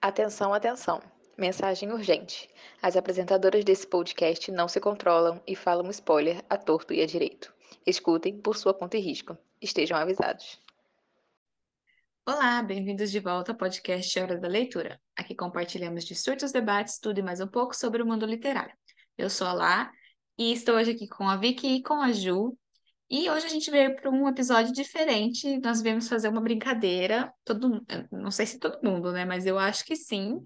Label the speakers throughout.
Speaker 1: Atenção, atenção. Mensagem urgente. As apresentadoras desse podcast não se controlam e falam spoiler a torto e a direito. Escutem por sua conta e risco. Estejam avisados.
Speaker 2: Olá, bem-vindos de volta ao podcast Hora da Leitura. Aqui compartilhamos discursos, debates, tudo e mais um pouco sobre o mundo literário. Eu sou a Lá e estou hoje aqui com a Vicky e com a Ju. E hoje a gente veio para um episódio diferente. Nós viemos fazer uma brincadeira. Todo, não sei se todo mundo, né? Mas eu acho que sim.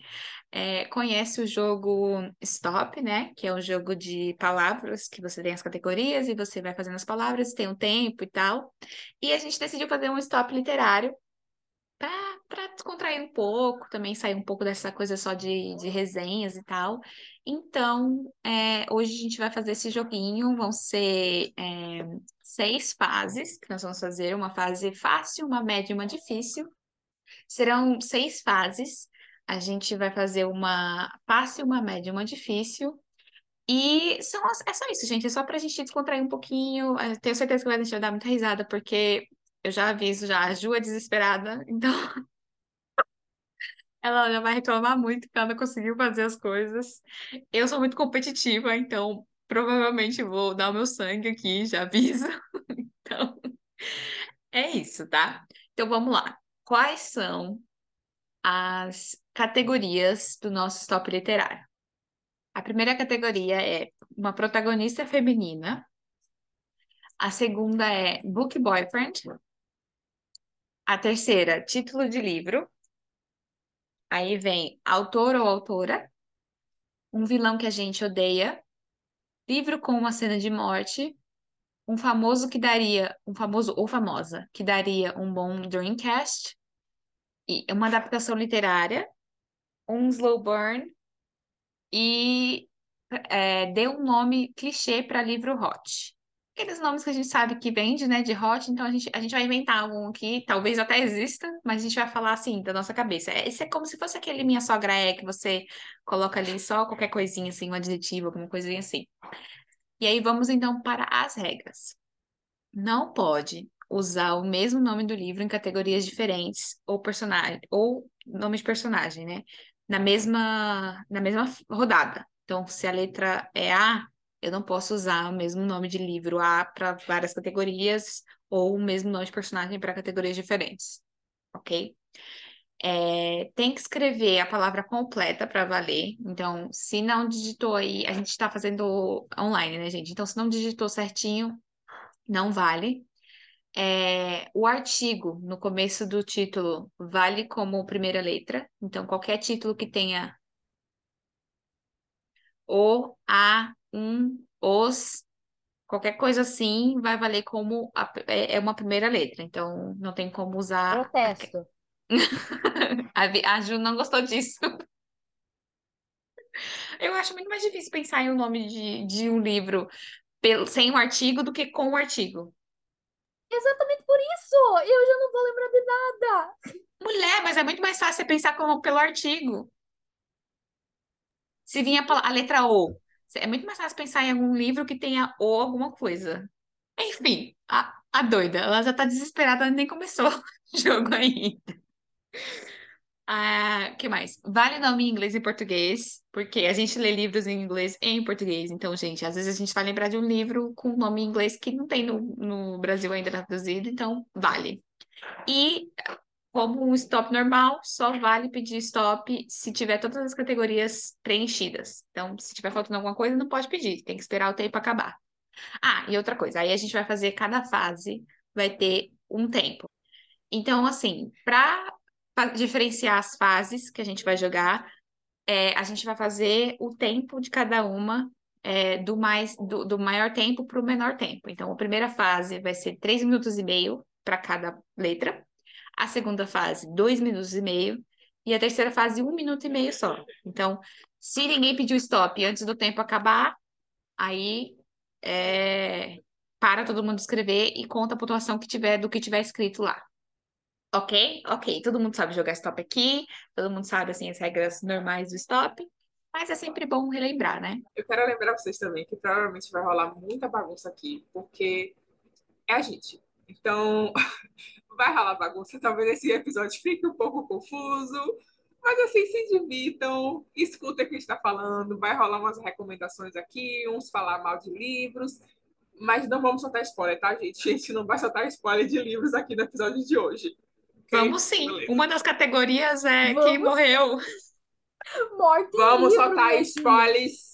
Speaker 2: É, conhece o jogo Stop, né? Que é um jogo de palavras que você tem as categorias e você vai fazendo as palavras, tem um tempo e tal. E a gente decidiu fazer um stop literário para descontrair um pouco, também sair um pouco dessa coisa só de, de resenhas e tal. Então, é, hoje a gente vai fazer esse joguinho, vão ser é, seis fases que nós vamos fazer, uma fase fácil, uma média e uma difícil. Serão seis fases. A gente vai fazer uma fácil, uma média e uma difícil. E são, é só isso, gente. É só para a gente descontrair um pouquinho. Eu tenho certeza que a gente vai dar muita risada, porque eu já aviso, já, a Ju é desesperada, então ela já vai reclamar muito que ela não conseguiu fazer as coisas. Eu sou muito competitiva, então provavelmente vou dar o meu sangue aqui, já aviso. então, é isso, tá? Então vamos lá. Quais são as categorias do nosso stop literário? A primeira categoria é uma protagonista feminina. A segunda é Book Boyfriend, a terceira, título de livro. Aí vem autor ou autora. Um vilão que a gente odeia. Livro com uma cena de morte. Um famoso que daria, um famoso ou famosa, que daria um bom Dreamcast. E uma adaptação literária. Um slow burn. E é, dê um nome clichê para livro hot aqueles nomes que a gente sabe que vende, né, de hot, então a gente, a gente vai inventar algum aqui, talvez até exista, mas a gente vai falar assim, da nossa cabeça. Esse é como se fosse aquele Minha Sogra É, que você coloca ali só qualquer coisinha assim, um adjetivo, alguma coisinha assim. E aí vamos então para as regras. Não pode usar o mesmo nome do livro em categorias diferentes ou personagem ou nome de personagem, né? Na mesma na mesma rodada. Então, se a letra é A, eu não posso usar o mesmo nome de livro A para várias categorias ou o mesmo nome de personagem para categorias diferentes, ok? É, tem que escrever a palavra completa para valer. Então, se não digitou aí, a gente está fazendo online, né, gente? Então, se não digitou certinho, não vale. É, o artigo no começo do título vale como primeira letra. Então, qualquer título que tenha o, a, um, os, qualquer coisa assim, vai valer como a, é, é uma primeira letra. Então, não tem como
Speaker 3: Ah,
Speaker 2: usar.
Speaker 3: Protesto.
Speaker 2: A, a Ju não gostou disso. Eu acho muito mais difícil pensar em um nome de, de um livro pelo, sem o um artigo do que com o um artigo.
Speaker 3: Exatamente por isso! Eu já não vou lembrar de nada!
Speaker 2: Mulher, mas é muito mais fácil você pensar como, pelo artigo. Se vinha a, a letra O, é muito mais fácil pensar em algum livro que tenha ou alguma coisa. Enfim, a, a doida, ela já tá desesperada, nem começou o jogo ainda. Ah, que mais? Vale nome em inglês e português, porque a gente lê livros em inglês e em português. Então, gente, às vezes a gente vai lembrar de um livro com nome em inglês que não tem no, no Brasil ainda traduzido, então vale. E como um stop normal, só vale pedir stop se tiver todas as categorias preenchidas. Então, se tiver faltando alguma coisa, não pode pedir, tem que esperar o tempo acabar. Ah, e outra coisa, aí a gente vai fazer cada fase, vai ter um tempo. Então, assim, para diferenciar as fases que a gente vai jogar, é, a gente vai fazer o tempo de cada uma é, do, mais, do, do maior tempo para o menor tempo. Então, a primeira fase vai ser 3 minutos e meio para cada letra a segunda fase, dois minutos e meio, e a terceira fase, um minuto e meio só. Então, se ninguém pediu stop antes do tempo acabar, aí é, para todo mundo escrever e conta a pontuação que tiver do que tiver escrito lá. Ok? Ok, todo mundo sabe jogar stop aqui, todo mundo sabe assim, as regras normais do stop. Mas é sempre bom relembrar, né?
Speaker 4: Eu quero lembrar vocês também que provavelmente vai rolar muita bagunça aqui, porque é a gente. Então, vai rolar bagunça. Talvez esse episódio fique um pouco confuso, Mas assim, se divirtam, escutem o que a gente está falando, vai rolar umas recomendações aqui, uns falar mal de livros, mas não vamos soltar spoiler, tá, gente? A gente não vai soltar spoiler de livros aqui no episódio de hoje. ok?
Speaker 2: Vamos sim.
Speaker 4: Beleza.
Speaker 2: Uma das categorias é
Speaker 3: Vamos.
Speaker 2: quem morreu.
Speaker 3: Morte em
Speaker 4: Vamos
Speaker 3: livro,
Speaker 4: soltar
Speaker 3: minha
Speaker 4: spoiler, sim.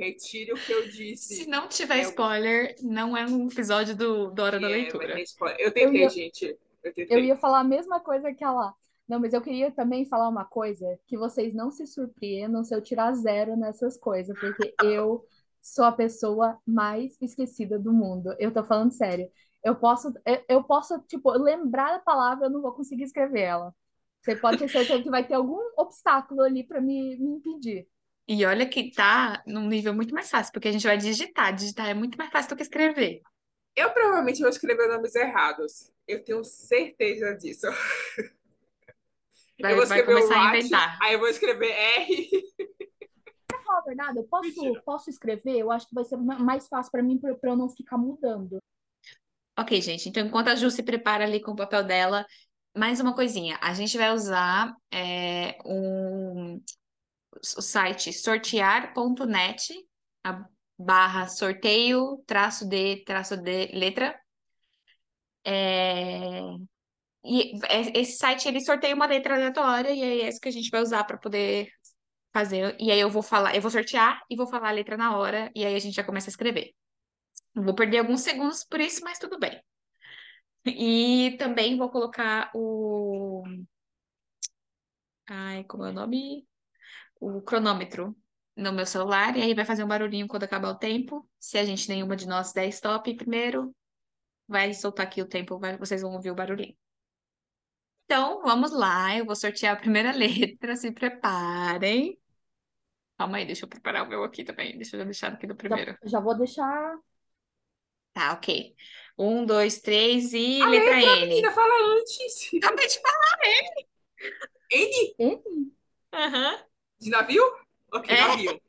Speaker 4: Retire o que eu disse.
Speaker 2: Se não tiver
Speaker 4: É o-
Speaker 2: spoiler, não é um episódio do, do Hora da
Speaker 4: É, vai
Speaker 2: Leitura.
Speaker 4: ter spoiler. Eu tentei,
Speaker 3: Eu ia-
Speaker 4: gente. Eu
Speaker 3: Eu
Speaker 4: tentei.
Speaker 3: ia falar a mesma coisa que ela. Não, mas eu queria também falar uma coisa, que vocês não se surpreendam se eu tirar zero nessas coisas, porque eu sou a pessoa mais esquecida do mundo. Eu tô falando sério. Eu posso, eu- eu posso, tipo, lembrar a palavra, eu não vou conseguir escrever ela. Você pode ter certeza que vai ter algum obstáculo ali pra me, me impedir.
Speaker 2: E olha que tá num nível muito mais fácil, porque a gente vai digitar. Digitar é muito mais fácil do que escrever.
Speaker 4: Eu provavelmente vou escrever nomes errados. Eu tenho certeza disso.
Speaker 2: Vai,
Speaker 4: eu vou
Speaker 2: vai
Speaker 4: escrever o
Speaker 2: começar a
Speaker 4: Rat,
Speaker 2: inventar.
Speaker 4: aí eu vou escrever R.
Speaker 3: Pra falar a verdade, eu posso,
Speaker 4: Mentira.
Speaker 3: posso escrever? Eu acho que vai ser ma- mais fácil pra mim, pra pra eu não ficar mudando.
Speaker 2: Ok, gente. Então, enquanto a Ju se prepara ali com o papel dela, mais uma coisinha. A gente vai usar é, um, o site sortear.net, a barra sorteio, traço D, traço D, letra. É, E é- esse site ele sorteia uma letra aleatória e aí é isso que a gente vai usar para poder fazer. E aí eu vou falar, eu vou sortear e vou falar a letra na hora e aí a gente já começa a escrever. Vou perder alguns segundos por isso, mas tudo bem. E também vou colocar o Ai, como é o nome? O cronômetro no meu celular, e aí vai fazer um barulhinho quando acabar o tempo. Se a gente, nenhuma de nós, der stop primeiro, vai soltar aqui o tempo, vai- vocês vão ouvir o barulhinho. Então, vamos lá, eu vou sortear a primeira letra, se preparem. Calma aí, deixa eu preparar o meu aqui também, deixa eu já deixar aqui do primeiro.
Speaker 3: Já, já vou deixar.
Speaker 2: Tá, ok. Um, dois, três e
Speaker 4: A
Speaker 2: letra
Speaker 4: letra,
Speaker 2: N.
Speaker 4: menina, fala antes.
Speaker 2: Acabei de falar.
Speaker 4: N
Speaker 3: N?
Speaker 2: Aham.
Speaker 4: de navio? Ok,
Speaker 2: É.
Speaker 4: navio.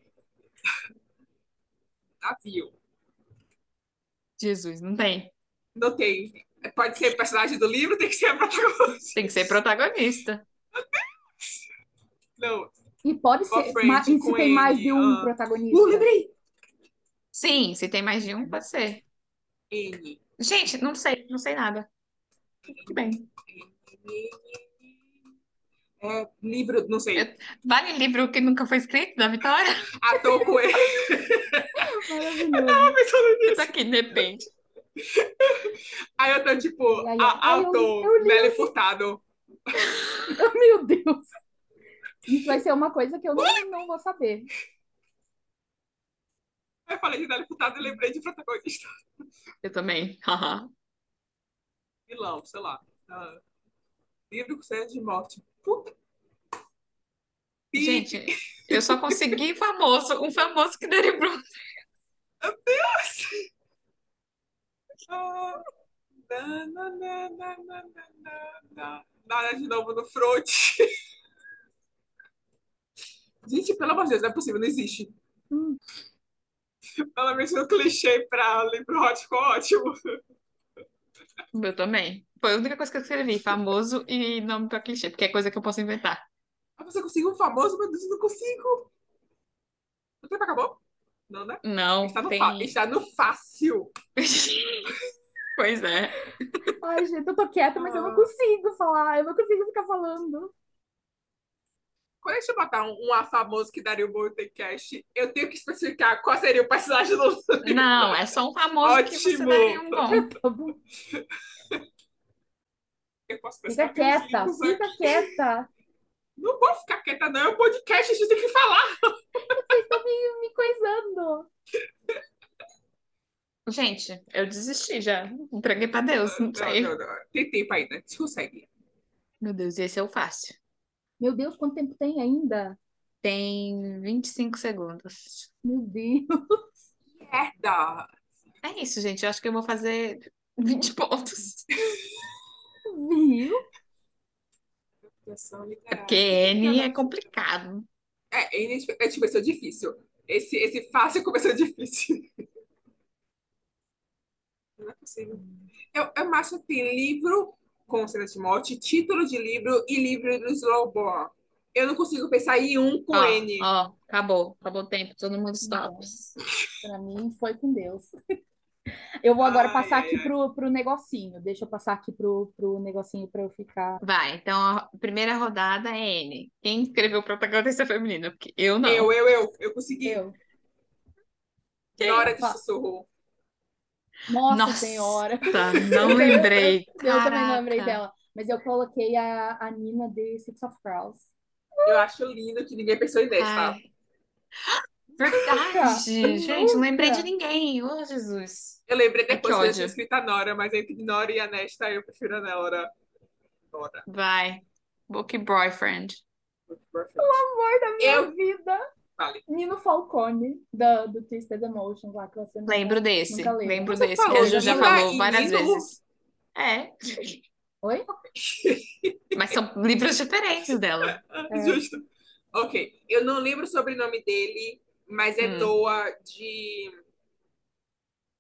Speaker 4: Navio.
Speaker 2: Jesus, não tem.
Speaker 4: Não tem. Pode ser personagem do livro, tem que ser a protagonista.
Speaker 2: Tem que ser protagonista.
Speaker 4: Não.
Speaker 3: E pode
Speaker 4: Qual
Speaker 3: ser.
Speaker 4: friend
Speaker 3: ma- E se
Speaker 4: com
Speaker 3: tem mais
Speaker 4: N?
Speaker 3: de um
Speaker 4: Ah.
Speaker 3: protagonista?
Speaker 4: Uh, lembrei.
Speaker 2: Sim, se tem mais de um, pode ser.
Speaker 4: N.
Speaker 2: Gente, não sei, não sei nada. Tudo bem.
Speaker 4: N. É, livro, não sei.
Speaker 2: Eu- Vale livro que nunca foi escrito da Vitória?
Speaker 4: Ator com E.
Speaker 3: Maravilhoso.
Speaker 4: Pensando nisso.
Speaker 2: Isso aqui depende.
Speaker 4: Aí eu tô tipo,
Speaker 3: Ai, ai,
Speaker 4: a-
Speaker 3: ai, eu-
Speaker 4: autor,
Speaker 3: eu li
Speaker 4: Nelly
Speaker 3: esse-
Speaker 4: Furtado.
Speaker 3: Meu Deus. Isso vai ser uma coisa que eu não, não vou saber.
Speaker 4: Aí Eu falei de Nelly Furtado e lembrei de protagonista.
Speaker 2: Eu também. Haha.
Speaker 4: Vilão, sei lá. Ah, livro com cena de morte. Puta. Pi-
Speaker 2: Gente, eu só consegui famoso, um famoso que derivou.
Speaker 4: Ah, na, na, na, na, na, na, na, na. Nada de novo no front. Gente, pelo amor de Deus, não é possível, não existe.
Speaker 3: Hum.
Speaker 4: Pelo menos no clichê pra livro hot ficou ótimo.
Speaker 2: Eu também. Foi a única coisa que eu escrevi, famoso e nome pra clichê, porque é coisa que eu posso inventar.
Speaker 4: Ah, você conseguiu um famoso, meu Deus, eu não consigo. O tempo acabou? Não, né?
Speaker 2: Não,
Speaker 4: Está no,
Speaker 2: tem.
Speaker 4: fa- está no fácil.
Speaker 2: Pois é.
Speaker 3: Ai, gente, eu tô quieta, mas eu não
Speaker 4: Ah.
Speaker 3: consigo falar. Eu não consigo ficar falando.
Speaker 4: Quando a gente botar um, um A famoso que daria o bom podcast, eu tenho que especificar qual seria o personagem do
Speaker 2: Não, é só um famoso que você
Speaker 4: Ótimo.
Speaker 2: daria um bom.
Speaker 3: Tá bom.
Speaker 4: Eu posso
Speaker 3: Fica
Speaker 4: pensar que os
Speaker 3: quieta,
Speaker 4: livros, né?
Speaker 3: fica quieta.
Speaker 4: Não vou ficar quieta, não. É um podcast, a gente tem que falar.
Speaker 3: Vocês estão me, me coisando.
Speaker 2: Gente, eu desisti já. Entreguei pra Deus, não sei.
Speaker 4: Não, não, não. Tem tempo ainda. A gente consegue.
Speaker 2: Meu Deus, esse é o fácil.
Speaker 3: Meu Deus, quanto tempo tem ainda?
Speaker 2: Tem 25 segundos.
Speaker 3: Meu Deus.
Speaker 4: Merda.
Speaker 2: É isso, gente. Eu acho que eu vou fazer 20 pontos.
Speaker 3: Viu?
Speaker 2: É porque N é complicado.
Speaker 4: É, ele é, tipo, esse é difícil. Esse, esse fácil começou difícil. Não é possível. Eu, eu acho que tem livro com cena de morte, título de livro e livro no slowborn. Eu não consigo pensar em um com
Speaker 2: Ó,
Speaker 4: N.
Speaker 2: ó, acabou. Acabou o tempo. Todo mundo stop.
Speaker 3: Pra mim foi com Deus. Eu vou agora
Speaker 4: Ai,
Speaker 3: passar
Speaker 4: ai,
Speaker 3: aqui
Speaker 4: ai.
Speaker 3: pro, pro negocinho. Deixa eu passar aqui pro, pro negocinho pra eu ficar.
Speaker 2: Vai, então a primeira rodada é N. Quem escreveu protagonista feminina? Porque eu não.
Speaker 4: Eu, eu, eu. Eu consegui.
Speaker 3: Eu.
Speaker 2: Quem?
Speaker 4: Na hora de
Speaker 3: Fa-
Speaker 4: sussurro.
Speaker 3: Nossa
Speaker 2: Nossa.
Speaker 3: senhora.
Speaker 2: Tá, não lembrei.
Speaker 3: Eu também não lembrei
Speaker 2: Caraca.
Speaker 3: dela. Mas eu coloquei a, a Nina de Six of Crows.
Speaker 4: Eu acho lindo que ninguém pensou em 10, tá?
Speaker 2: Ai. Verdade, gente, não lembrei de
Speaker 3: Nunca.
Speaker 2: ninguém. Ô, Jesus.
Speaker 4: Eu lembrei
Speaker 2: Ai, que
Speaker 4: depois que eu
Speaker 2: ódio.
Speaker 4: tinha escrito a Nora, mas entre Nora e a Nesta, eu prefiro a Nora. Nora.
Speaker 2: Vai. Book Boyfriend.
Speaker 3: Amor da minha
Speaker 4: Eu-
Speaker 3: vida.
Speaker 4: Fale.
Speaker 3: Nino Falcone, da, do Twisted Emotion, lá que você nunca-
Speaker 2: Lembro desse.
Speaker 3: nunca lembro.
Speaker 2: Lembro
Speaker 4: Você
Speaker 2: desse, que
Speaker 4: falou né?
Speaker 2: a Ju
Speaker 4: de
Speaker 2: já
Speaker 4: Nina
Speaker 2: falou
Speaker 4: e
Speaker 2: várias
Speaker 4: Nino?
Speaker 2: vezes. É.
Speaker 3: Oi?
Speaker 2: Mas são livros diferentes dela.
Speaker 3: É.
Speaker 4: Justo. Ok. Eu não lembro o sobrenome dele, mas é
Speaker 2: Hum.
Speaker 4: Noah de.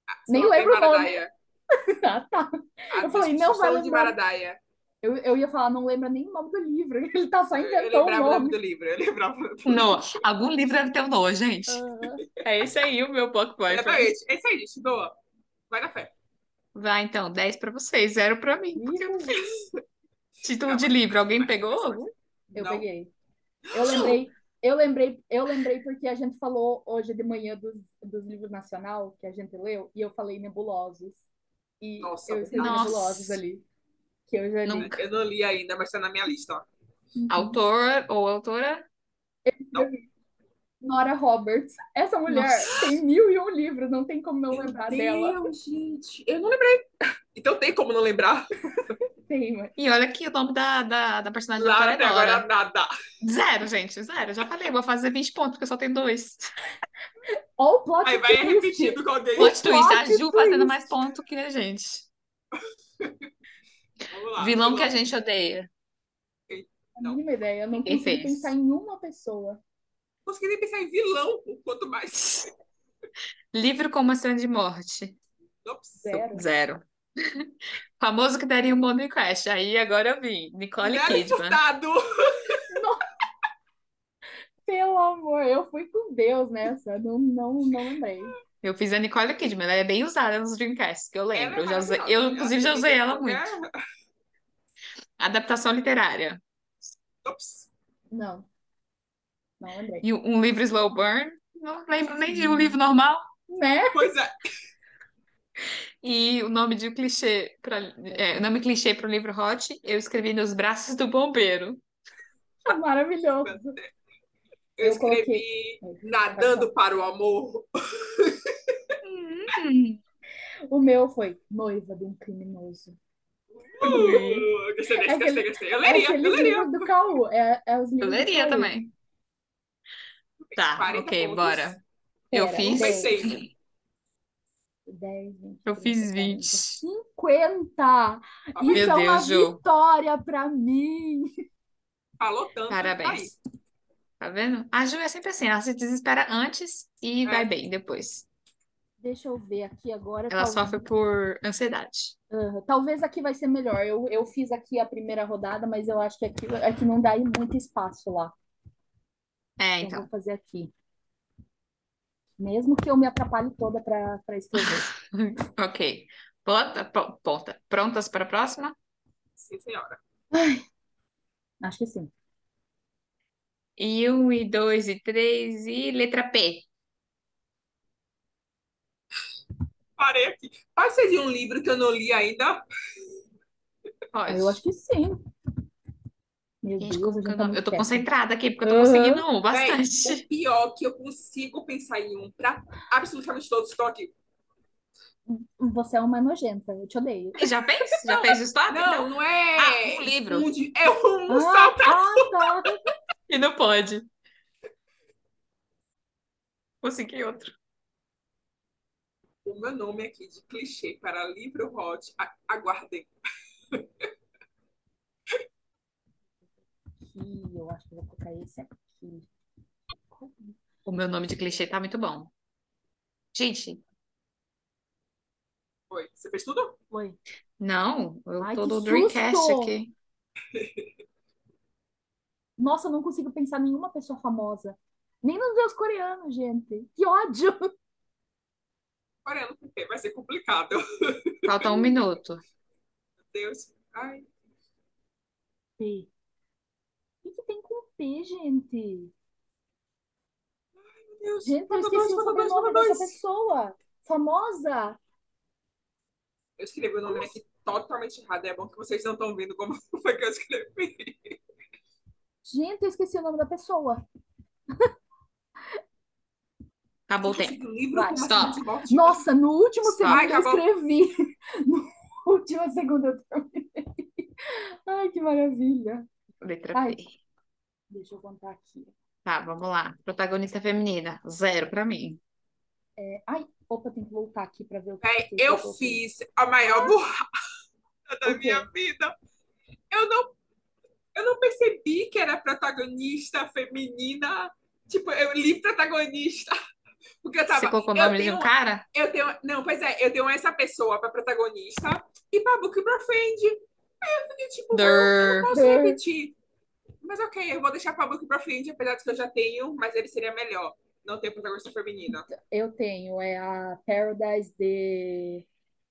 Speaker 4: Ah,
Speaker 3: Nem
Speaker 4: Só tem
Speaker 3: lembro o nome.
Speaker 4: Maradaia.
Speaker 3: Ah, tá.
Speaker 4: Ah,
Speaker 3: Eu falei,
Speaker 4: desculpa,
Speaker 3: não
Speaker 4: só
Speaker 3: vai
Speaker 4: tem de
Speaker 3: lembrar.
Speaker 4: Maradaia.
Speaker 3: Eu, eu ia falar, não lembra nem o nome do livro. Ele tá só
Speaker 4: Eu
Speaker 3: inventou o
Speaker 4: lembrava o nome
Speaker 3: nome.
Speaker 4: do livro. Eu lembrava. o nome do livro.
Speaker 2: Noah. Algum livro deve ter um Noah, gente.
Speaker 3: Ah.
Speaker 2: É esse aí, o meu Book Boyfriend.
Speaker 4: Exatamente. É isso aí, gente. Noah. Vai na fé.
Speaker 2: Vai, então, 10 pra vocês, 0 pra mim, porque eu não
Speaker 3: Ih,
Speaker 2: fiz. Título de livro, alguém pegou algum?
Speaker 3: Eu
Speaker 4: Não.
Speaker 3: peguei. Eu lembrei, eu lembrei, eu lembrei porque a gente falou hoje de manhã dos, dos livros nacional que a gente leu e eu falei nebulosos. E
Speaker 4: Nossa,
Speaker 3: eu escrevi
Speaker 2: nossa.
Speaker 3: nebulosos ali, que eu já li.
Speaker 2: Nunca.
Speaker 4: né, Eu não li ainda, mas tá na minha lista. ó.
Speaker 3: Uhum.
Speaker 2: Autor ou autora?
Speaker 3: Nora Roberts. Essa mulher
Speaker 2: Nossa.
Speaker 3: tem mil e um livros, não tem como não
Speaker 4: Meu
Speaker 3: lembrar dela.
Speaker 4: Deus, gente. Eu não lembrei. Então tem como não lembrar.
Speaker 3: Tem, mas-
Speaker 2: E olha que o nome da, da, da personagem da
Speaker 4: Lara
Speaker 2: autora
Speaker 4: até
Speaker 2: é Nora.
Speaker 4: agora nada.
Speaker 2: Zero, gente, zero. Já falei, vou fazer 20 pontos, porque eu só tenho dois.
Speaker 3: Ó, o plot
Speaker 4: Aí vai
Speaker 3: twist.
Speaker 4: repetindo com alguém.
Speaker 2: Plot twist, a
Speaker 3: Plot
Speaker 2: Ju fazendo
Speaker 3: twist.
Speaker 2: mais pontos que a gente.
Speaker 4: Vamos lá.
Speaker 2: Vilão que a gente odeia.
Speaker 4: então.
Speaker 3: A mínima ideia, eu não
Speaker 2: Quem
Speaker 3: consegui
Speaker 2: fez?
Speaker 3: pensar em uma pessoa.
Speaker 4: Consegui nem pensar em vilão, quanto mais.
Speaker 2: Livro com uma cena de morte.
Speaker 4: Ops.
Speaker 3: Zero.
Speaker 2: Zero. Famoso que daria um bom no Crash. Aí agora eu vi. Nicole
Speaker 4: Nada
Speaker 2: Kidman.
Speaker 4: furtado.
Speaker 3: Pelo amor, eu fui com Deus nessa. Não, não, não lembrei.
Speaker 2: Eu fiz a Nicole Kidman, ela é bem usada nos Dreamcasts, que eu
Speaker 4: Ela
Speaker 2: lembro.
Speaker 4: é
Speaker 2: Eu, já usei-
Speaker 4: maravilhosa.
Speaker 2: eu, inclusive, já
Speaker 4: se
Speaker 2: usei
Speaker 4: liga
Speaker 2: ela
Speaker 4: com
Speaker 2: muito.
Speaker 4: qualquer-
Speaker 2: Adaptação literária.
Speaker 4: Ops.
Speaker 3: Não. Não lembrei.
Speaker 2: E um livro slow burn. Não lembro nem de um livro normal.
Speaker 3: Né?
Speaker 4: Pois é.
Speaker 2: E o nome de um clichê para é, o nome clichê para o livro Hot, eu escrevi nos braços do bombeiro.
Speaker 3: Maravilhoso.
Speaker 4: Eu,
Speaker 3: Eu
Speaker 4: escrevi
Speaker 3: coloquei- Tá.
Speaker 4: Nadando para o Amor.
Speaker 2: Hum.
Speaker 3: O meu foi noiva de um criminoso.
Speaker 4: Uh,
Speaker 3: É
Speaker 4: gostei, gostei,
Speaker 3: aquele-
Speaker 4: gostei, gostei. Eu
Speaker 3: É
Speaker 4: leria, eu
Speaker 3: aqueles
Speaker 4: leria.
Speaker 3: livros do Caú. É, é os livros
Speaker 2: Eu
Speaker 3: do
Speaker 2: leria
Speaker 3: Caú.
Speaker 2: também. Tá,
Speaker 4: 40
Speaker 2: ok,
Speaker 4: pontos.
Speaker 2: bora. Eu
Speaker 3: Pera,
Speaker 2: fiz
Speaker 3: dez.
Speaker 4: Pensei.
Speaker 3: 10, 20,
Speaker 2: Eu
Speaker 3: 30,
Speaker 2: fiz
Speaker 3: 40,
Speaker 2: 20.
Speaker 3: 50!
Speaker 4: Ó,
Speaker 3: Isso
Speaker 2: Meu
Speaker 3: é uma
Speaker 2: Deus, Ju.
Speaker 3: vitória pra mim!
Speaker 4: Falou tanto.
Speaker 2: Parabéns. Tá vendo? A Ju é sempre assim, ela se desespera antes e
Speaker 4: É.
Speaker 2: vai bem depois.
Speaker 3: Deixa eu ver aqui agora.
Speaker 2: Ela
Speaker 3: talvez-
Speaker 2: sofre por ansiedade.
Speaker 3: Aham, Talvez aqui vai ser melhor. Eu, eu fiz aqui a primeira rodada, mas eu acho que aqui, aqui não dá aí muito espaço lá.
Speaker 2: É,
Speaker 3: Então, eu
Speaker 2: então.
Speaker 3: vou fazer aqui. Mesmo que eu me atrapalhe toda pra pra escrever.
Speaker 2: Ok. Ponta, pon- ponta. Prontas para a próxima?
Speaker 4: Sim, senhora.
Speaker 3: Acho que sim.
Speaker 2: E um, e dois, e três, e letra P.
Speaker 4: Parei aqui. Pode ser de um livro que eu não li ainda.
Speaker 3: Ah,
Speaker 2: Pode.
Speaker 3: Eu acho que sim. Meu
Speaker 2: Gente,
Speaker 3: Deus,
Speaker 2: como
Speaker 3: a
Speaker 2: que eu
Speaker 3: gente tá
Speaker 2: não-
Speaker 3: muito
Speaker 2: Eu tô
Speaker 3: quieta.
Speaker 2: concentrada aqui, porque eu tô
Speaker 3: Aham.
Speaker 2: conseguindo
Speaker 4: Véi,
Speaker 2: bastante.
Speaker 4: o pior é que eu consigo pensar em um pra absolutamente todos. Estou aqui.
Speaker 3: Você é uma nojenta, eu te odeio.
Speaker 2: E já fez? Já fez o estado? Então?
Speaker 4: Não, não é.
Speaker 2: Ah, um livro.
Speaker 4: Um de... É um
Speaker 3: Ah,
Speaker 4: só pra
Speaker 3: ah, tá.
Speaker 2: E não pode. Consegui outro.
Speaker 4: O meu nome é aqui de clichê para livro hot, a- aguardem.
Speaker 3: Aqui, eu acho que eu vou colocar esse aqui.
Speaker 2: O meu nome de clichê tá muito bom. Gente,
Speaker 4: Oi, você fez tudo?
Speaker 3: Oi.
Speaker 2: não. Eu
Speaker 3: Ai,
Speaker 2: tô
Speaker 3: que
Speaker 2: no Dreamcast
Speaker 3: susto!
Speaker 2: aqui.
Speaker 3: Nossa, eu não consigo pensar em nenhuma pessoa famosa. Nem nos meus coreanos, gente. Que ódio!
Speaker 4: Coreano, porque vai ser complicado. Meu
Speaker 2: Falta um minuto.
Speaker 4: Deus. Ai,
Speaker 3: P. O que que tem com P, gente?
Speaker 4: meu Deus.
Speaker 3: Gente, eu
Speaker 4: Manda
Speaker 3: esqueci
Speaker 4: dois,
Speaker 3: o
Speaker 4: manda dois,
Speaker 3: sobrenome
Speaker 4: manda
Speaker 3: dessa
Speaker 4: dois.
Speaker 3: pessoa. Famosa!
Speaker 4: Eu escrevi o nome aqui totalmente errado. É bom que vocês não estão vendo como foi que eu escrevi.
Speaker 3: Gente, eu esqueci o nome da pessoa.
Speaker 2: Acabou o tempo.
Speaker 4: Esse livro
Speaker 3: Vai,
Speaker 4: começa
Speaker 2: stop.
Speaker 4: muito bom.
Speaker 3: Nossa, no último segundo
Speaker 4: Vai,
Speaker 3: eu
Speaker 4: acabou.
Speaker 3: escrevi. No último segundo eu terminei. Ai, que maravilha.
Speaker 2: Letra
Speaker 3: Ai.
Speaker 2: P.
Speaker 3: Deixa eu contar aqui.
Speaker 2: Tá, vamos lá. Protagonista feminina. Zero pra mim.
Speaker 3: É, Ai, opa, tem que voltar aqui pra ver o que
Speaker 4: Véi,
Speaker 3: que
Speaker 4: É, eu
Speaker 3: coloquei.
Speaker 4: fiz a maior burrada da
Speaker 3: O quê?
Speaker 4: minha vida. Eu não, eu não percebi que era protagonista feminina. Tipo, eu li protagonista. Porque eu tava.
Speaker 2: Você colocou o
Speaker 4: eu
Speaker 2: nome de
Speaker 4: tenho-
Speaker 2: um cara?
Speaker 4: Eu tenho, não, pois é, eu tenho essa pessoa pra protagonista e pra Book Befriend. Aí eu fiquei
Speaker 3: um
Speaker 4: tipo, mas eu
Speaker 2: Durr.
Speaker 4: não posso
Speaker 3: Durr.
Speaker 4: repetir. Mas ok, eu vou deixar pra Book Befriend, apesar de que eu já tenho, mas ele seria melhor. Não ter protagonista feminina.
Speaker 3: Eu tenho, é a Paradise de.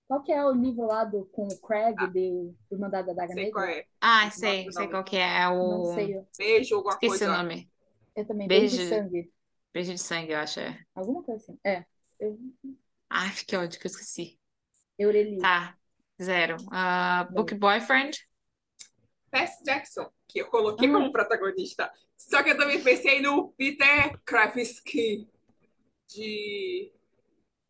Speaker 3: Qual que é o livro lá do, com o Craig de Irmandade da Daga
Speaker 4: Ah, Sei
Speaker 3: Negra?
Speaker 4: qual é.
Speaker 2: Ah, sei,
Speaker 4: Nossa,
Speaker 2: sei
Speaker 4: não.
Speaker 2: qual que é. É
Speaker 3: Não
Speaker 2: o.
Speaker 3: sei, eu,
Speaker 4: Beijo, alguma
Speaker 2: Esqueci o
Speaker 4: coisa.
Speaker 2: nome.
Speaker 3: eu também.
Speaker 2: Beijo.
Speaker 3: Beijo de Sangue.
Speaker 2: Beijo de sangue, eu acho. é.
Speaker 3: Alguma coisa assim. É, eu,
Speaker 2: Ai, que ódio que eu esqueci.
Speaker 3: Eureli.
Speaker 2: Tá. Zero. Ah, Book Boyfriend.
Speaker 4: Percy Jackson, que eu coloquei
Speaker 3: Ah.
Speaker 4: como protagonista. Só que eu também pensei no Peter Krasinski de,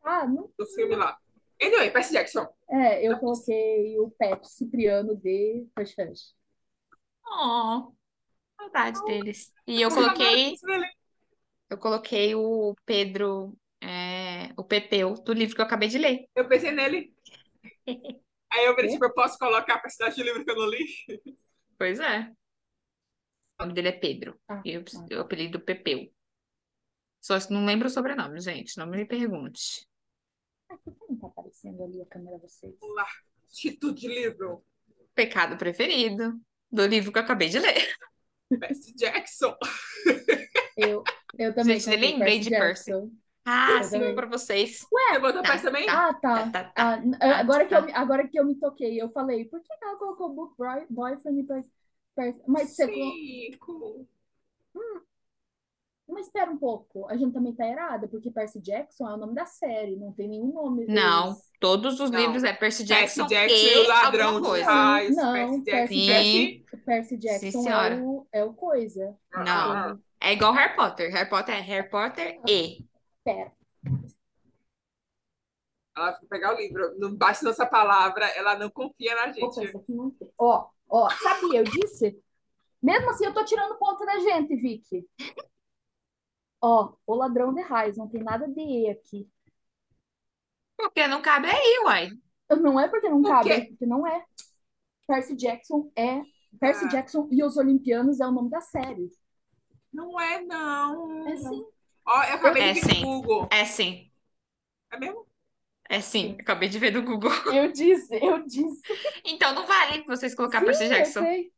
Speaker 3: Ah, não.
Speaker 4: do filme lá. Anyway, Percy Jackson.
Speaker 3: É, eu coloquei o Pet Cipriano de Hush Hush.
Speaker 2: Oh, saudade deles. E eu coloquei, eu coloquei o Pedro, é, o Pepeu, do livro que eu acabei de ler.
Speaker 4: Eu pensei nele. Aí eu falei,
Speaker 3: Quê?
Speaker 4: tipo, eu posso colocar pra cidade de livro que eu não li?
Speaker 2: Pois é. O nome dele é Pedro.
Speaker 3: Ah,
Speaker 2: E o, o apelido Pepeu. Só se- não lembro o sobrenome, gente. Não me pergunte.
Speaker 3: Ai, por que não tá aparecendo ali a câmera de vocês?
Speaker 4: Vamos lá. Título de livro.
Speaker 2: Pecado preferido do livro que eu acabei de ler.
Speaker 4: Percy Jackson.
Speaker 3: Eu, eu também
Speaker 2: Gente, eu
Speaker 3: coloquei
Speaker 2: lembrei de Percy.
Speaker 3: Jackson.
Speaker 2: Ah,
Speaker 3: Eu
Speaker 2: sim,
Speaker 3: também.
Speaker 2: pra vocês.
Speaker 4: Você botou Percy também?
Speaker 2: tá.
Speaker 3: Ah, tá.
Speaker 2: Tá, tá,
Speaker 3: Ah, n-
Speaker 2: tá,
Speaker 3: agora, que
Speaker 2: tá.
Speaker 3: eu, me- agora que eu me toquei, eu falei, por que que ela colocou Book Boy- Boyfriend e Pers- Pers- Mas você colocou.
Speaker 4: Cinco.
Speaker 3: Mas espera um pouco, a gente também tá errada, porque Percy Jackson é o nome da série, não tem nenhum nome.
Speaker 2: Não,
Speaker 3: deles.
Speaker 2: todos os
Speaker 4: Não.
Speaker 2: livros é Percy
Speaker 4: Percy
Speaker 2: Jackson
Speaker 4: Jackson
Speaker 2: e
Speaker 4: e o Ladrão
Speaker 2: alguma
Speaker 4: de
Speaker 2: coisa.
Speaker 4: Raios.
Speaker 3: Não,
Speaker 4: Percy Jackson.
Speaker 3: Percy
Speaker 4: Percy.
Speaker 2: Jackson.
Speaker 3: O Percy Jackson é
Speaker 2: senhora.
Speaker 3: o, é o coisa.
Speaker 4: Ah,
Speaker 2: Não. É igual Harry Potter. Harry Potter é Harry Potter e.
Speaker 3: Pera.
Speaker 4: Ela vai pegar o livro. Não basta nossa palavra, ela não confia na
Speaker 3: Opa,
Speaker 4: gente.
Speaker 3: esse aqui não tem. Ó, ó, sabia, eu disse? Mesmo assim, eu tô tirando ponto da gente, Vicky. Ó, o ladrão de raios, não tem nada de E aqui.
Speaker 2: Porque não cabe aí, uai.
Speaker 3: Não é porque não
Speaker 4: Por
Speaker 3: cabe,
Speaker 4: quê?
Speaker 3: é porque não é. Percy Jackson é. Percy
Speaker 4: Ah.
Speaker 3: Jackson e os Olimpianos é o nome da série.
Speaker 4: Não é, não.
Speaker 2: Uhum.
Speaker 3: É sim.
Speaker 4: Ó, eu acabei
Speaker 2: É
Speaker 4: de ver
Speaker 2: sim.
Speaker 4: no Google.
Speaker 2: É sim.
Speaker 4: É mesmo?
Speaker 2: É sim. Acabei de ver do Google.
Speaker 3: Eu disse, eu disse.
Speaker 2: Então não vale vocês colocar
Speaker 3: Sim,
Speaker 2: Percy
Speaker 3: Eu
Speaker 2: Jackson.
Speaker 3: sei.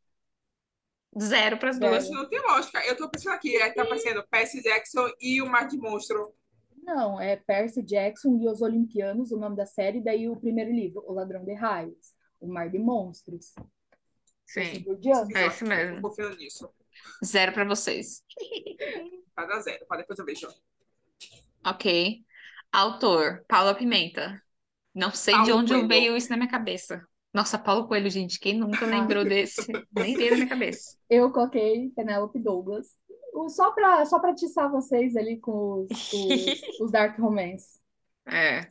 Speaker 2: Zero pras
Speaker 3: Zero.
Speaker 2: duas.
Speaker 4: Gente, não tem lógica. Eu tô pensando aqui, aí tá aparecendo Percy Jackson e o Mar de Monstro.
Speaker 3: Não, é Percy Jackson e os Olimpianos, o nome da série, daí o primeiro livro, O Ladrão de Raios, O Mar de Monstros. E assim
Speaker 2: Sim.
Speaker 3: por diante.
Speaker 2: É isso mesmo.
Speaker 4: Tô confiando nisso.
Speaker 2: Zero pra vocês.
Speaker 4: Vai dar zero. Pra depois eu vejo.
Speaker 2: Ok. Autor, Paula Pimenta. Não sei de
Speaker 4: Paulo
Speaker 2: onde
Speaker 4: Coelho.
Speaker 2: veio isso na minha cabeça. Nossa, Paulo Coelho, gente, quem nunca lembrou desse? Nem veio na minha cabeça.
Speaker 3: Eu coloquei Penelope Douglas. O- Só para só para atiçar vocês ali com os, os, os Dark Romance.
Speaker 2: É.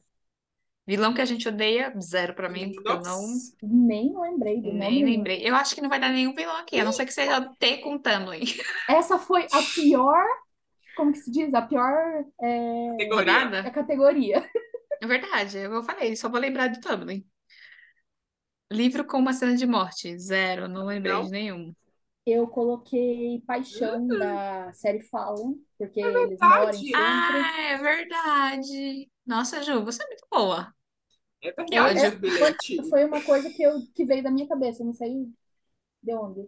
Speaker 2: Vilão que a gente odeia, zero pra mim, porque eu não
Speaker 4: Nossa.
Speaker 3: Nem lembrei do nome.
Speaker 2: nem lembrei. Eu acho que não vai dar nenhum vilão aqui, a não ser que seja T com Tanwin.
Speaker 3: Essa foi a pior, como que se diz? A pior é,
Speaker 4: Categoria.
Speaker 2: Rodada?
Speaker 3: a categoria.
Speaker 2: É verdade, eu falei, só vou lembrar do Tumblr. Livro com uma cena de morte, zero, não lembrei
Speaker 4: Não.
Speaker 2: de nenhum.
Speaker 3: Eu coloquei Paixão da série Fallen, porque eles
Speaker 4: Uhum. É verdade.
Speaker 3: morem sempre.
Speaker 2: Ah, é verdade. Nossa, Ju, você é muito boa.
Speaker 4: É
Speaker 2: Eu
Speaker 4: verdade,
Speaker 2: odeio-
Speaker 4: esse bilhete.
Speaker 3: Foi uma coisa que, eu, que veio da minha cabeça, eu não sei de onde.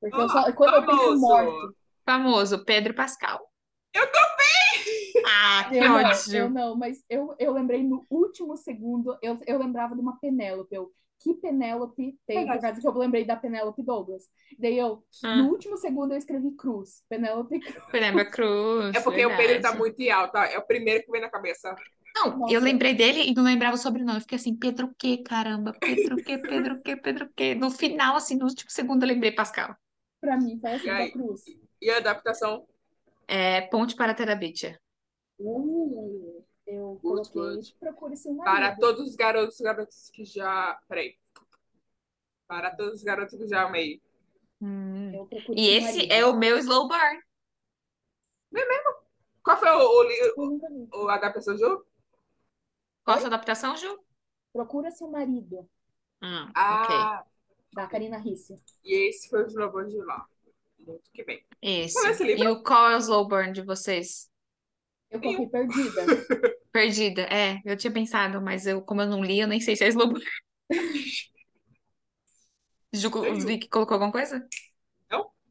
Speaker 3: Porque eu só, quando eu penso
Speaker 4: Ah, famoso.
Speaker 3: em morte,
Speaker 2: Famoso, Pedro Pascal.
Speaker 4: Eu
Speaker 2: também! Ah, que
Speaker 3: eu não, eu
Speaker 2: ódio.
Speaker 3: não, mas eu, eu lembrei no último segundo, eu, eu lembrava de uma Penélope. Eu, que Penélope tem, por
Speaker 4: Verdade.
Speaker 3: causa que eu lembrei da Penélope Douglas. Daí eu,
Speaker 2: Ah,
Speaker 3: no último segundo, eu escrevi Cruz. Penélope Cruz.
Speaker 2: Penélope Cruz,
Speaker 4: É porque o Pedro tá
Speaker 2: verdade.
Speaker 4: muito em alta. É o primeiro que vem na cabeça.
Speaker 2: Não, eu
Speaker 3: Nossa.
Speaker 2: lembrei dele e não lembrava o sobrenome. Eu fiquei assim, Pedro o quê, caramba? Pedro o quê, Pedro o quê, Pedro o quê? No final, assim, no último segundo, eu lembrei Pascal.
Speaker 3: Pra mim, foi
Speaker 4: E
Speaker 3: assim, da
Speaker 4: aí?
Speaker 3: Cruz.
Speaker 4: E a adaptação?
Speaker 2: É, Ponte para Terabítia.
Speaker 4: Uh,
Speaker 3: Eu
Speaker 4: good,
Speaker 3: coloquei
Speaker 4: good.
Speaker 3: Procure Seu
Speaker 4: Para
Speaker 3: Marido.
Speaker 4: todos os garotos e garotas que já. Peraí. Para todos os garotos que já amei.
Speaker 2: Hum.
Speaker 3: Eu procure
Speaker 2: E
Speaker 3: Seu
Speaker 2: esse
Speaker 3: Marido.
Speaker 2: é o meu slow burn.
Speaker 4: Qual foi o, o, li-
Speaker 3: Eu nunca vi.
Speaker 4: o, a adaptação, Ju?
Speaker 2: Qual a sua adaptação, Ju?
Speaker 3: Procura Seu Marido,
Speaker 2: Ah, ok.
Speaker 4: Ah,
Speaker 3: da Karina Risse.
Speaker 4: e esse foi o Os Lobos de Lá. Muito que bem. Qual é
Speaker 2: Esse.
Speaker 4: esse livro?
Speaker 2: E o qual é o slow burn de vocês?
Speaker 3: Eu
Speaker 4: Nenhum.
Speaker 3: coloquei Perdida.
Speaker 2: Perdida. É, eu tinha pensado, mas eu, como eu não li, eu nem sei se é slow burn. Ju, o
Speaker 4: Nenhum.
Speaker 2: Vic colocou alguma coisa?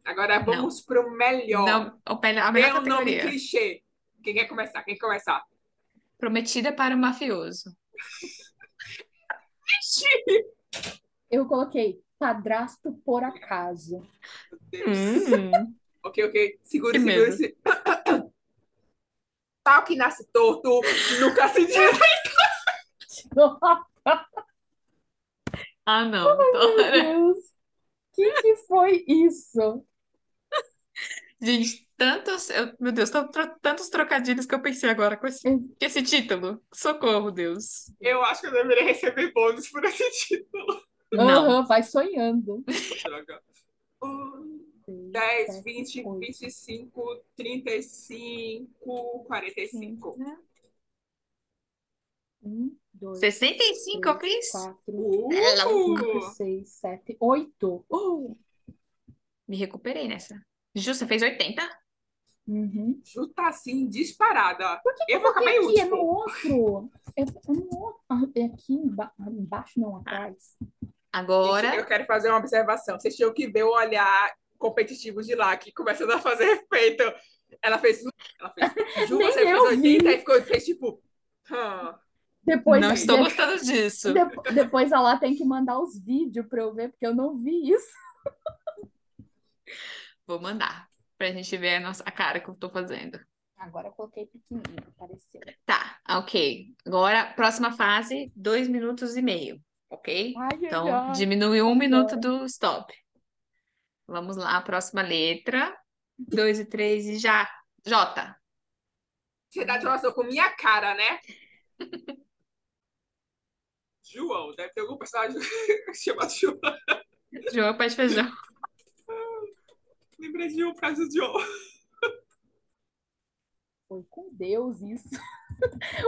Speaker 4: Agora
Speaker 2: Não.
Speaker 4: vamos pro melhor.
Speaker 2: Não, o pe- a melhor
Speaker 4: Dê um nome
Speaker 2: categoria.
Speaker 4: clichê. Quem quer começar? Quem começar?
Speaker 2: Prometida para o mafioso.
Speaker 3: Eu coloquei Padrasto por acaso.
Speaker 4: Meu Deus.
Speaker 2: Hum,
Speaker 4: Ok, ok. Segure,
Speaker 2: que
Speaker 3: É
Speaker 4: segure,
Speaker 2: medo.
Speaker 4: se. Tal que nasce torto, nunca se diz.
Speaker 2: Ah, não.
Speaker 3: Meu
Speaker 2: Dora.
Speaker 3: Deus, que que foi isso?
Speaker 2: Gente, tantos. eu- meu Deus, tão tro- tantos trocadilhos que eu pensei agora com esse,
Speaker 3: Eu-
Speaker 2: com esse título. Socorro, Deus.
Speaker 4: Eu acho que eu deveria receber bônus por esse título.
Speaker 2: Não.
Speaker 3: Aham, vai sonhando.
Speaker 4: Droga. Um,
Speaker 3: Seis,
Speaker 4: 10,
Speaker 3: sete,
Speaker 4: 20,
Speaker 3: oito.
Speaker 4: 25, 35, 45.
Speaker 3: Um, dois,
Speaker 2: 65 eu
Speaker 3: três,
Speaker 2: fiz?
Speaker 3: quatro, é cinco,
Speaker 4: Uh!
Speaker 3: seis, sete, oito. Oh!
Speaker 2: Me recuperei nessa. Ju, você fez 80?
Speaker 3: Uhum.
Speaker 4: Ju tá assim, disparada.
Speaker 3: Por que que
Speaker 4: Eu
Speaker 3: eu
Speaker 4: vou acabar
Speaker 3: coloquei aqui?
Speaker 4: em
Speaker 3: É no
Speaker 4: último.
Speaker 3: outro. É, é no outro. Ah, É aqui emba- ah, embaixo, não, atrás.
Speaker 2: Agora.
Speaker 4: Gente, eu quero fazer uma observação. Vocês tinham que ver o olhar competitivo de lá, que começando a fazer efeito. Ela fez. Ela fez. Ju,
Speaker 3: Nem
Speaker 4: você fez
Speaker 3: eu
Speaker 4: 80
Speaker 3: vi.
Speaker 4: e ficou fez tipo. hum.
Speaker 3: Depois,
Speaker 2: Não
Speaker 4: Pois é.
Speaker 2: estou gostando disso.
Speaker 3: Depo- Depois ela tem que mandar os vídeos pra eu ver, porque eu não vi isso.
Speaker 2: Vou mandar pra gente ver a nossa a cara que eu tô fazendo.
Speaker 3: Agora eu coloquei pequenininho, apareceu.
Speaker 2: Tá, ok. Agora, próxima fase, dois minutos e meio, ok?
Speaker 3: Ai, ai,
Speaker 2: Então,
Speaker 3: ai.
Speaker 2: diminui um minuto
Speaker 3: Agora.
Speaker 2: do stop. Vamos lá, a próxima letra. Dois e três e já. J.
Speaker 4: Você tá de relação com minha cara, né? João, deve ter algum personagem chamado João.
Speaker 2: João, pé de feijão.
Speaker 4: Lembrei de um por causa do João.
Speaker 3: Foi com Deus isso.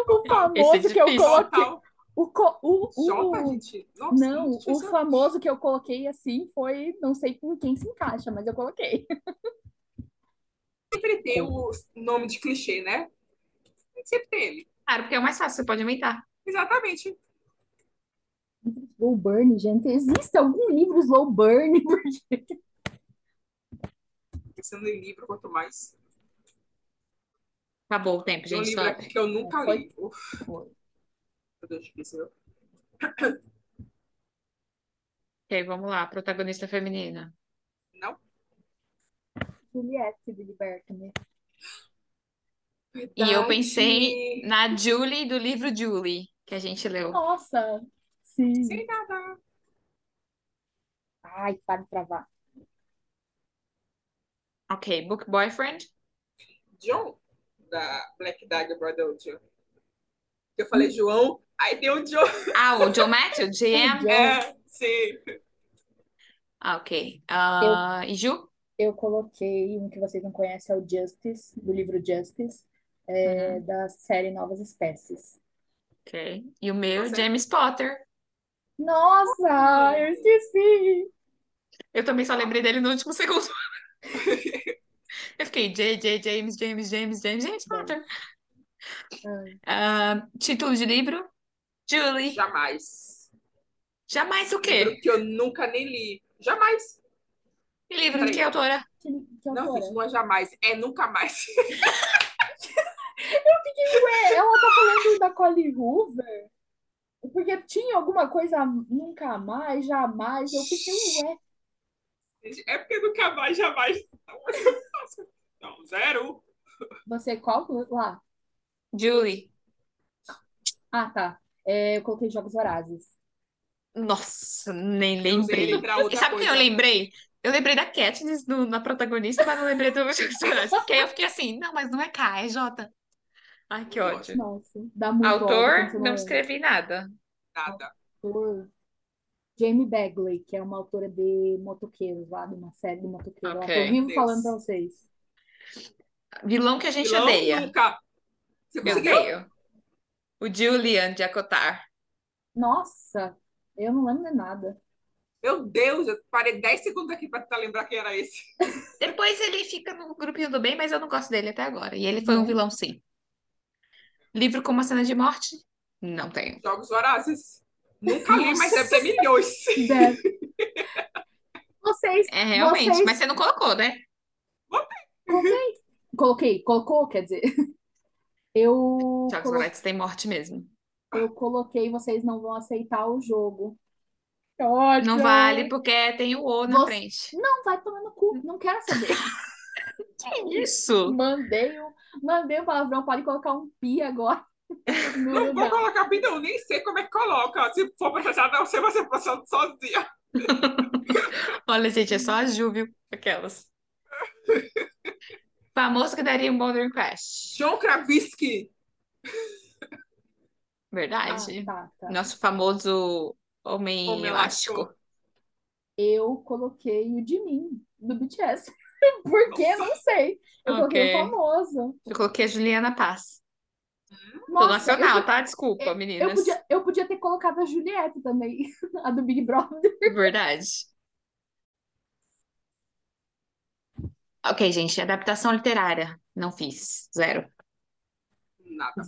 Speaker 3: O
Speaker 2: Esse é
Speaker 3: famoso que eu
Speaker 2: difícil.
Speaker 3: coloquei.
Speaker 4: Total.
Speaker 3: O, co- o,
Speaker 4: Jota,
Speaker 3: o...
Speaker 4: gente. Nossa,
Speaker 3: Não,
Speaker 4: gente,
Speaker 3: o
Speaker 4: isso- é
Speaker 3: famoso que eu coloquei assim foi. Não sei com quem se encaixa, mas eu coloquei.
Speaker 4: sempre tem o nome de clichê, né? Sempre tem ele.
Speaker 2: Claro, porque é o mais fácil, você pode inventar.
Speaker 4: Exatamente.
Speaker 3: Slow Burn, gente. Existe algum livro Slow Burn?
Speaker 4: Pensando em livro, quanto mais.
Speaker 2: Acabou o tempo,
Speaker 4: Tem um
Speaker 2: gente.
Speaker 4: livro aqui
Speaker 2: Stop.
Speaker 4: que eu nunca
Speaker 3: Foi.
Speaker 4: li. Uf, meu Deus, difícil.
Speaker 2: Ok, vamos lá. Protagonista feminina.
Speaker 4: Não?
Speaker 3: Juliette de né? Liberta-me.
Speaker 2: E eu pensei
Speaker 4: Verdade.
Speaker 2: na Julie do livro Julie, que a gente leu.
Speaker 3: Nossa! Sim.
Speaker 4: Sem nada.
Speaker 3: Ai, para de travar.
Speaker 2: Ok, Book Boyfriend.
Speaker 4: John, da Black Dagger Brotherhood. Eu falei João, aí tem o John.
Speaker 2: Ah, o John Matthew,
Speaker 3: Ai,
Speaker 2: GM.
Speaker 3: John,
Speaker 4: É, sim.
Speaker 2: Ah, ok. Ah, e Ju?
Speaker 3: Eu coloquei um que vocês não conhecem, é o Justice, do livro Justice, é,
Speaker 2: Uhum,
Speaker 3: da série Novas Espécies.
Speaker 2: ok. E o meu,
Speaker 4: Nossa.
Speaker 2: James Potter.
Speaker 3: Nossa, eu esqueci!
Speaker 2: Eu também só lembrei dele no último segundo. Eu fiquei JJ, James, James, James, James, James Potter.
Speaker 3: Ai,
Speaker 2: Ah, título de livro? Julie.
Speaker 4: Jamais.
Speaker 2: Jamais o
Speaker 4: Livro
Speaker 2: quê?
Speaker 4: que eu nunca nem li. Jamais.
Speaker 2: Que livro? De
Speaker 4: Peraí.
Speaker 2: que autora?
Speaker 3: Que, que
Speaker 4: Não,
Speaker 3: autora?
Speaker 4: gente, não é jamais. É nunca mais.
Speaker 3: Ué, ela tá falando da Collie Hoover? Porque tinha alguma coisa nunca mais, jamais. Eu fiquei, ué,
Speaker 4: É porque nunca mais, jamais. Não, zero.
Speaker 3: você qual lá?
Speaker 2: Julie.
Speaker 3: Ah, tá. É, eu coloquei Jogos Vorazes.
Speaker 2: Nossa, nem
Speaker 4: Eu usei
Speaker 2: lembrei.
Speaker 4: lembrar outra
Speaker 2: E sabe quem eu
Speaker 4: coisa.
Speaker 2: lembrei? Eu lembrei da Katniss do, na protagonista, mas não lembrei do Jogos Vorazes. Porque aí eu fiquei assim, não, mas não é K, é J. Ai, que ódio.
Speaker 3: Nossa, dá muito ódio quando
Speaker 2: Autor, não
Speaker 3: você lembra.
Speaker 2: escrevi nada.
Speaker 4: Nada.
Speaker 3: Autor, Jamie Bagley, que é uma autora de motoqueiros lá, de uma série de motoqueiros. lá, que
Speaker 2: Ok.
Speaker 3: eu vivo
Speaker 4: Deus.
Speaker 3: falando pra vocês.
Speaker 2: Vilão que a gente
Speaker 4: Vilão
Speaker 2: odeia.
Speaker 4: nunca. Você
Speaker 2: Eu
Speaker 4: conseguiu?
Speaker 2: odeio. O Julian de Acotar.
Speaker 3: Nossa, eu não lembro de nada.
Speaker 4: Meu Deus, eu parei 10 segundos aqui pra tentar lembrar quem era esse.
Speaker 2: Depois ele fica no grupinho do bem, mas eu não gosto dele até agora. E ele foi um
Speaker 3: Não.
Speaker 2: vilão, sim. Livro com uma cena de morte? Não tenho.
Speaker 4: Jogos Vorazes. Nunca li, mas
Speaker 2: Nossa.
Speaker 4: deve ter milhões.
Speaker 3: Deve. Vocês
Speaker 2: É, realmente.
Speaker 3: Vocês-
Speaker 2: Mas você não colocou, né?
Speaker 3: Coloquei. Coloquei, colocou, quer dizer. Eu,
Speaker 2: Jogos
Speaker 3: colo-
Speaker 2: Vorazes tem morte mesmo.
Speaker 3: eu coloquei, vocês não vão aceitar o jogo. Que ódio!
Speaker 2: Não vale, porque tem o O na
Speaker 3: Você-
Speaker 2: frente.
Speaker 3: Não, Então vai tomar no cu, não quero saber.
Speaker 2: Que É isso?
Speaker 3: Mandei um, mandei um palavrão, pode colocar um pi agora. No
Speaker 4: Não vou
Speaker 3: lugar.
Speaker 4: colocar pinta, eu nem sei como é que coloca. Se for processar, não sei, vai ser processado sozinha.
Speaker 2: Olha, gente, é só a Júbio, aquelas. Famoso que daria um bom Dream Crash.
Speaker 4: John Kravinsky.
Speaker 3: Ah,
Speaker 2: Verdade.
Speaker 3: tá, tá.
Speaker 2: Nosso famoso homem
Speaker 4: Homem
Speaker 2: elástico.
Speaker 3: Eu coloquei o de mim, do BTS. Por quê? Não sei. Eu coloquei o
Speaker 2: Ok.
Speaker 3: famoso.
Speaker 2: Eu coloquei a Juliana Paz. Tô
Speaker 3: Nossa, eu
Speaker 2: nacional,
Speaker 3: po-
Speaker 2: tá? Desculpa,
Speaker 3: eu,
Speaker 2: meninas.
Speaker 3: podia, eu podia ter colocado a Juliette também, a do Big Brother.
Speaker 2: Verdade. Ok, gente, adaptação literária. Não fiz. Zero.
Speaker 4: Nada.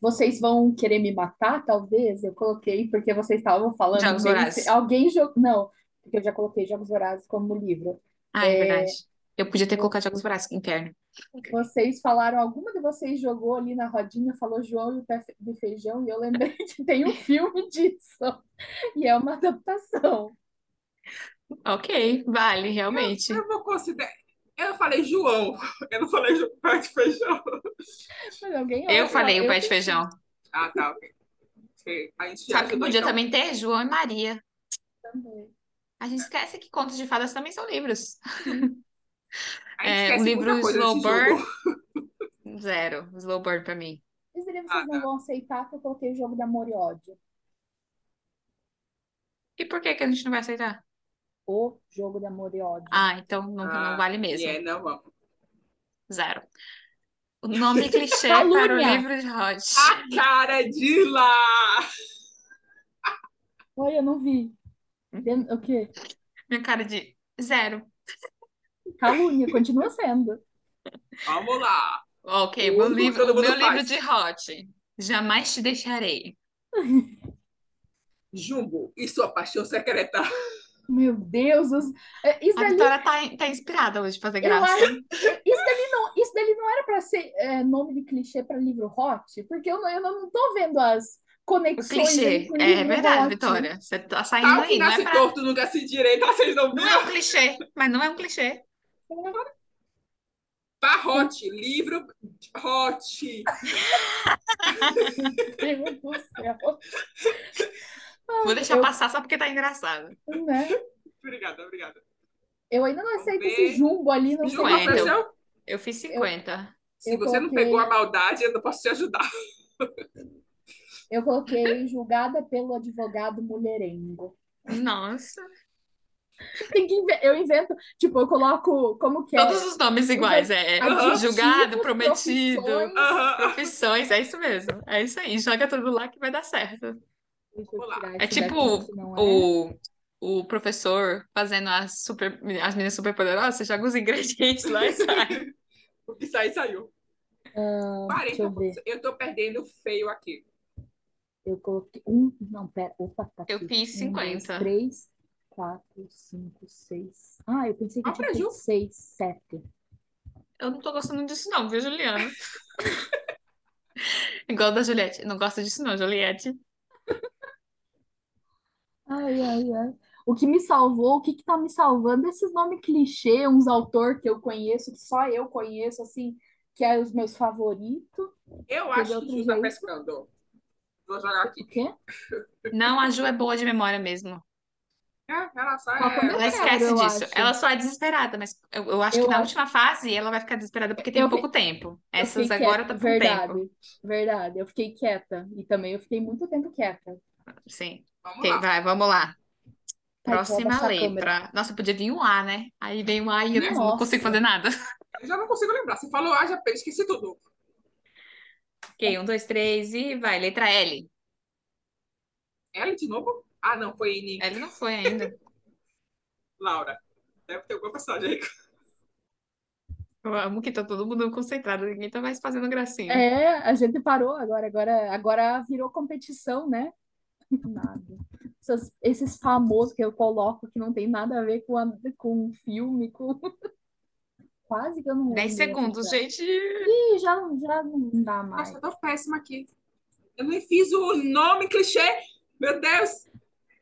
Speaker 3: Vocês vão querer me matar, talvez? Eu coloquei, porque vocês estavam falando.
Speaker 2: Jogos
Speaker 3: bem-
Speaker 2: Vorazes.
Speaker 3: Alguém jogou. Não, porque eu já coloquei Jogos Vorazes como livro.
Speaker 2: Ah, é
Speaker 3: É,
Speaker 2: verdade. Eu podia ter
Speaker 3: eu-
Speaker 2: colocado Jogos Vorazes, que inferno.
Speaker 3: Vocês falaram, alguma de vocês jogou ali na rodinha, falou João e o pé fe- de feijão, e eu lembrei que tem um filme disso. E é uma adaptação.
Speaker 2: Ok, vale, realmente.
Speaker 4: Eu vou considerar. Eu falei João. Eu não falei João Pé de Feijão.
Speaker 3: Mas alguém
Speaker 2: Eu
Speaker 3: olha,
Speaker 2: falei
Speaker 3: eu
Speaker 2: o pé de
Speaker 3: pensei.
Speaker 2: feijão.
Speaker 4: Ah, tá, ok. Você- A gente
Speaker 2: Sabe que
Speaker 4: ajudou,
Speaker 2: podia
Speaker 4: então.
Speaker 2: também ter João e Maria.
Speaker 3: Também.
Speaker 2: A gente esquece que contos de fadas também são livros.
Speaker 4: A gente
Speaker 2: É,
Speaker 4: esquece
Speaker 2: o livro
Speaker 4: muita coisa
Speaker 2: Slow
Speaker 4: desse
Speaker 2: Burn.
Speaker 4: jogo.
Speaker 2: Zero. Slow Burn pra mim.
Speaker 3: Mas ele, vocês
Speaker 4: Ah,
Speaker 2: tá.
Speaker 3: não vão aceitar que eu coloquei o jogo de amor e ódio.
Speaker 2: E por que que a gente não vai aceitar?
Speaker 3: O jogo de amor e ódio.
Speaker 2: Ah, então não, não
Speaker 4: Ah,
Speaker 2: vale mesmo.
Speaker 4: E é, não, vamos.
Speaker 2: Zero. O nome clichê
Speaker 4: Tá
Speaker 3: Calúnia.
Speaker 2: para o livro de Rod.
Speaker 4: A cara é de lá!
Speaker 3: Oi, eu não vi. Den- O quê?
Speaker 2: Minha cara de zero.
Speaker 3: Calúnia, continua sendo.
Speaker 4: Vamos lá.
Speaker 2: Ok,
Speaker 4: O
Speaker 2: meu
Speaker 4: único que
Speaker 2: livro,
Speaker 4: todo
Speaker 2: o
Speaker 4: mundo
Speaker 2: meu livro
Speaker 4: faz.
Speaker 2: de Hot. Jamais te deixarei.
Speaker 4: Jumbo e sua paixão secreta.
Speaker 2: Tá
Speaker 3: Meu Deus, os- é, isso
Speaker 2: A
Speaker 3: dali,
Speaker 2: Vitória tá, tá inspirada hoje pra fazer
Speaker 3: Eu
Speaker 2: graça.
Speaker 3: isso dali não, isso dali não era pra ser é, nome de clichê pra livro hot, porque eu não, eu não tô vendo as
Speaker 2: O
Speaker 3: conexões
Speaker 2: clichê.
Speaker 3: entre o
Speaker 2: É
Speaker 3: livro
Speaker 2: verdade,
Speaker 3: hot.
Speaker 2: Vitória. Você tá saindo
Speaker 4: Tal
Speaker 2: aí.
Speaker 4: que
Speaker 2: Não é,
Speaker 4: nasce
Speaker 2: pra-
Speaker 4: torto, nunca se direita, vocês não
Speaker 2: não
Speaker 4: viram?
Speaker 2: é um clichê, mas não é um clichê.
Speaker 4: Barrote, Tá livro hot.
Speaker 3: Meu Deus do céu.
Speaker 2: Vou deixar
Speaker 3: eu-
Speaker 2: passar só porque tá engraçado.
Speaker 3: Né?
Speaker 4: Obrigada, obrigada.
Speaker 3: Eu ainda não aceito
Speaker 4: Vamos
Speaker 3: esse
Speaker 4: ver.
Speaker 3: jumbo ali, não
Speaker 4: Jumbo,
Speaker 2: Não é,
Speaker 3: sei. então.
Speaker 4: ofereceu?
Speaker 2: Eu fiz 50.
Speaker 4: Se
Speaker 3: Eu
Speaker 4: você não
Speaker 3: coloquei-
Speaker 4: pegou a maldade, eu não posso te ajudar.
Speaker 3: Eu coloquei julgada pelo advogado mulherengo.
Speaker 2: Nossa.
Speaker 3: Tem que inve- eu invento, tipo, eu coloco como que é.
Speaker 2: Todos os nomes iguais. É, é
Speaker 3: Adjetivos,
Speaker 2: julgado, prometido,
Speaker 3: profissões.
Speaker 4: Aham.
Speaker 2: profissões. É isso mesmo. É isso aí. Joga tudo lá que vai dar certo.
Speaker 3: Deixa eu
Speaker 4: Vamos lá.
Speaker 3: tirar
Speaker 2: É
Speaker 3: isso
Speaker 2: tipo
Speaker 3: daqui, que não é.
Speaker 2: o, o professor fazendo as, super, as meninas super poderosas, você joga os ingredientes lá e sai.
Speaker 4: O que sair, saiu.
Speaker 3: Ah, Deixa eu ver.
Speaker 4: 40%. Eu tô perdendo feio aqui.
Speaker 3: Eu coloquei um. Não, pera. Opa, tá
Speaker 2: Eu
Speaker 3: aqui.
Speaker 2: fiz
Speaker 3: Um, dois,
Speaker 2: 50.
Speaker 3: três, quatro, cinco, seis. Ah, eu pensei que
Speaker 4: Ah,
Speaker 3: tinha
Speaker 4: pra Ju.
Speaker 3: feito seis, sete.
Speaker 2: Eu não tô gostando disso, não, viu, Juliana? Igual da Juliette. Não gosto disso, não, Juliette.
Speaker 3: Ai, ai, ai. O que me salvou, o que que tá me salvando, é esses nomes clichê, uns autor que eu conheço, que só eu conheço, assim, que é os meus favoritos.
Speaker 4: Eu acho
Speaker 3: outro
Speaker 4: que Ju tá
Speaker 3: jeito.
Speaker 4: pescando. Vou jogar aqui.
Speaker 3: O quê?
Speaker 2: Não, a Ju é boa de memória mesmo.
Speaker 4: É, ela só
Speaker 3: Ó, quando
Speaker 4: é.
Speaker 3: eu
Speaker 2: Ela esquece
Speaker 3: quero, eu
Speaker 2: disso.
Speaker 3: acho.
Speaker 2: Ela só é desesperada, mas eu, eu acho
Speaker 3: Eu
Speaker 2: que na
Speaker 3: acho.
Speaker 2: última fase ela vai ficar desesperada porque tem
Speaker 3: Eu
Speaker 2: pouco tempo.
Speaker 3: Eu
Speaker 2: Essas
Speaker 3: fiquei
Speaker 2: agora tá
Speaker 3: quieta,
Speaker 2: com
Speaker 3: verdade,
Speaker 2: tempo.
Speaker 3: verdade. Eu fiquei quieta e também eu fiquei muito tempo quieta.
Speaker 2: Sim.
Speaker 4: Vamos
Speaker 2: Ok,
Speaker 4: lá.
Speaker 2: vai, vamos lá.
Speaker 3: Ai, que eu vou
Speaker 2: Próxima
Speaker 3: baixar a câmera.
Speaker 2: letra. Nossa, podia vir um A, né? Aí vem um A e eu não consigo
Speaker 3: Nossa,
Speaker 2: fazer nada.
Speaker 4: Eu já não consigo lembrar. Você falou, ah, já esqueci tudo.
Speaker 2: Ok, um, dois, três e vai. Letra L.
Speaker 4: Ela de novo? Ah, não, foi N.
Speaker 2: L não foi ainda.
Speaker 4: Laura. Deve ter alguma passagem aí.
Speaker 2: Eu amo que tá todo mundo concentrado. Ninguém tá mais fazendo gracinha.
Speaker 3: é, a gente parou agora, agora, agora virou competição, né? Nada. Essas- esses famosos que eu coloco que não tem nada a ver com, a, com filme, com... Quase que eu não
Speaker 2: Dez
Speaker 3: lembro dessas
Speaker 2: segundos,
Speaker 3: frases.
Speaker 2: gente.
Speaker 3: Ih, já, já não dá mais.
Speaker 4: Nossa, eu tô péssima aqui. Eu nem fiz o nome clichê. Meu Deus,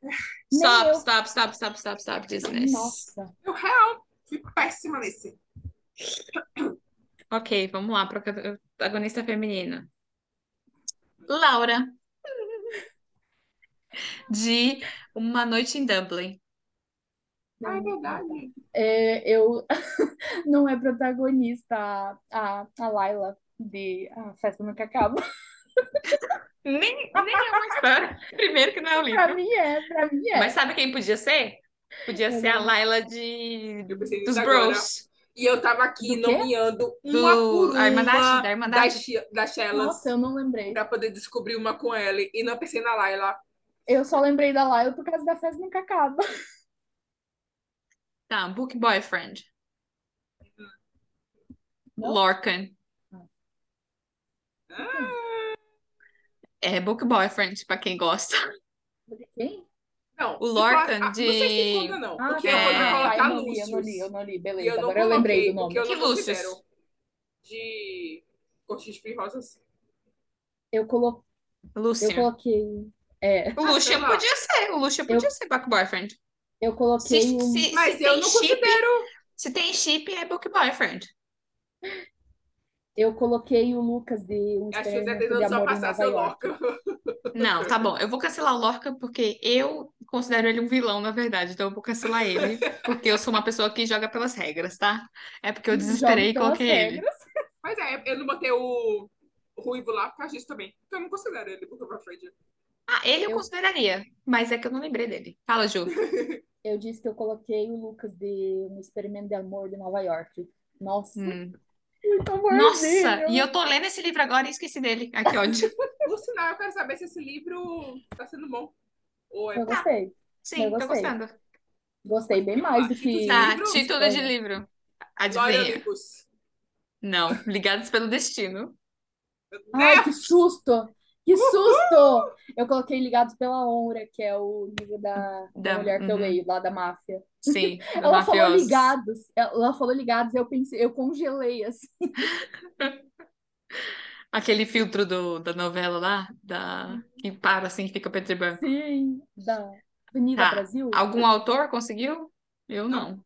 Speaker 3: Nem
Speaker 2: Stop,
Speaker 3: eu.
Speaker 2: stop, stop, stop, stop, stop. Dismiss.
Speaker 3: Nossa.
Speaker 4: eu real fico péssima nesse.
Speaker 2: Ok, vamos lá. Protagonista feminina. Laura, de Uma Noite em Dublin.
Speaker 3: um
Speaker 4: Ah, é verdade.
Speaker 3: É, eu não é protagonista a, a, a Laila de A Festa Nunca Acaba.
Speaker 2: Nem, nem é uma história. Primeiro que não é o livro.
Speaker 4: né?
Speaker 3: Pra mim é, pra mim é.
Speaker 2: Mas sabe quem podia ser? Podia
Speaker 3: Eu
Speaker 2: ser a
Speaker 3: não-
Speaker 2: Laila de
Speaker 4: Eu pensei
Speaker 2: dos
Speaker 4: nisso agora.
Speaker 2: Bros.
Speaker 4: E eu tava aqui
Speaker 3: Do quê?
Speaker 4: nomeando
Speaker 2: Do-
Speaker 4: uma por
Speaker 2: a Irmandade,
Speaker 4: uma
Speaker 2: da Irmandade.
Speaker 4: das, chi- das Shellas
Speaker 3: Nossa, eu não lembrei.
Speaker 4: pra poder descobrir uma com ela. E não pensei na Laila.
Speaker 3: Eu só lembrei da Laila por causa da Festa Nunca Acaba.
Speaker 2: Tá, Book Boyfriend.
Speaker 3: Não?
Speaker 2: Lorcan.
Speaker 4: Ah,
Speaker 2: É Book Boyfriend, pra quem gosta.
Speaker 3: Quem?
Speaker 4: não,
Speaker 2: O
Speaker 4: se
Speaker 2: Lorcan
Speaker 4: for- ah, Não sei
Speaker 2: de-
Speaker 4: se conta, não.
Speaker 3: Ah,
Speaker 4: Porque
Speaker 3: tá.
Speaker 4: eu vou já
Speaker 2: É.
Speaker 3: Tá, eu
Speaker 4: colocar
Speaker 3: não li, eu não li, eu
Speaker 4: Lúcius.
Speaker 3: não li.
Speaker 4: E eu
Speaker 3: Beleza,
Speaker 4: não
Speaker 3: agora eu lembrei
Speaker 4: coloquei,
Speaker 3: do nome.
Speaker 4: porque eu
Speaker 2: Que
Speaker 4: não
Speaker 2: Lúcius?
Speaker 4: considero. De Cortes de assim. Rosas.
Speaker 3: Eu, colo... eu
Speaker 2: Lúcia.
Speaker 3: coloquei. É,
Speaker 2: O Lucian
Speaker 4: sei lá.
Speaker 2: podia ser. O Lucian podia ser Book Boyfriend.
Speaker 3: eu
Speaker 2: Se,
Speaker 3: coloquei um.
Speaker 2: se,
Speaker 4: Mas
Speaker 2: se
Speaker 4: eu
Speaker 2: tem
Speaker 4: não
Speaker 2: chip,
Speaker 4: considero.
Speaker 2: se tem chip, é Book Boyfriend.
Speaker 3: Eu coloquei o Lucas de Um
Speaker 4: Acho que eu já
Speaker 3: Experimento de
Speaker 4: tentando só
Speaker 3: Amor em
Speaker 4: passar
Speaker 3: Nova
Speaker 4: seu
Speaker 3: York.
Speaker 4: Lorca.
Speaker 2: Não, tá bom. Eu vou cancelar o Lorca porque eu considero ele um vilão, na verdade. Então eu vou cancelar ele porque eu sou uma pessoa que joga pelas regras, tá? É porque eu desesperei e
Speaker 3: Um Jogo pelas
Speaker 2: coloquei ele.
Speaker 3: regras.
Speaker 4: Mas é, eu não botei o o Ruivo lá por causa disso também. Porque eu não considero ele Book of Afraid.
Speaker 2: Ah, ele eu
Speaker 3: Eu-
Speaker 2: consideraria, mas é que eu não lembrei dele. Fala, Ju.
Speaker 3: Eu disse que eu coloquei o Lucas de Um Experimento de Amor de Nova York. Nossa,
Speaker 2: Hum.
Speaker 3: muito
Speaker 2: Nossa, e
Speaker 3: amorzinho.
Speaker 2: eu tô lendo esse livro agora e esqueci dele. Ai, que ódio.
Speaker 4: Por sinal, eu quero saber se esse livro tá sendo bom. Ou é
Speaker 3: Eu gostei,
Speaker 2: Sim,
Speaker 3: Eu
Speaker 2: tô
Speaker 3: gostei.
Speaker 2: gostando.
Speaker 3: gostei bem mais do que.
Speaker 2: Tá,
Speaker 4: Livro?
Speaker 2: título de livro.
Speaker 4: Glória
Speaker 2: Adivinha?
Speaker 4: Amigos.
Speaker 2: Não, Ligados pelo Destino.
Speaker 3: Ai, que susto! Que susto! Eu coloquei Ligados pela Honra, que é o livro da, da
Speaker 2: Da-
Speaker 3: mulher que eu
Speaker 2: uhum.
Speaker 3: leio, lá da máfia.
Speaker 2: Sim, do
Speaker 3: Ela falou
Speaker 2: mafioso.
Speaker 3: ligados, ela falou ligados, eu pensei, eu congelei assim.
Speaker 2: Aquele filtro do, da novela lá, da... que para assim, que fica petriban.
Speaker 3: Sim, da Avenida
Speaker 2: Tá.
Speaker 3: Brasil.
Speaker 2: Algum autor conseguiu? Eu não.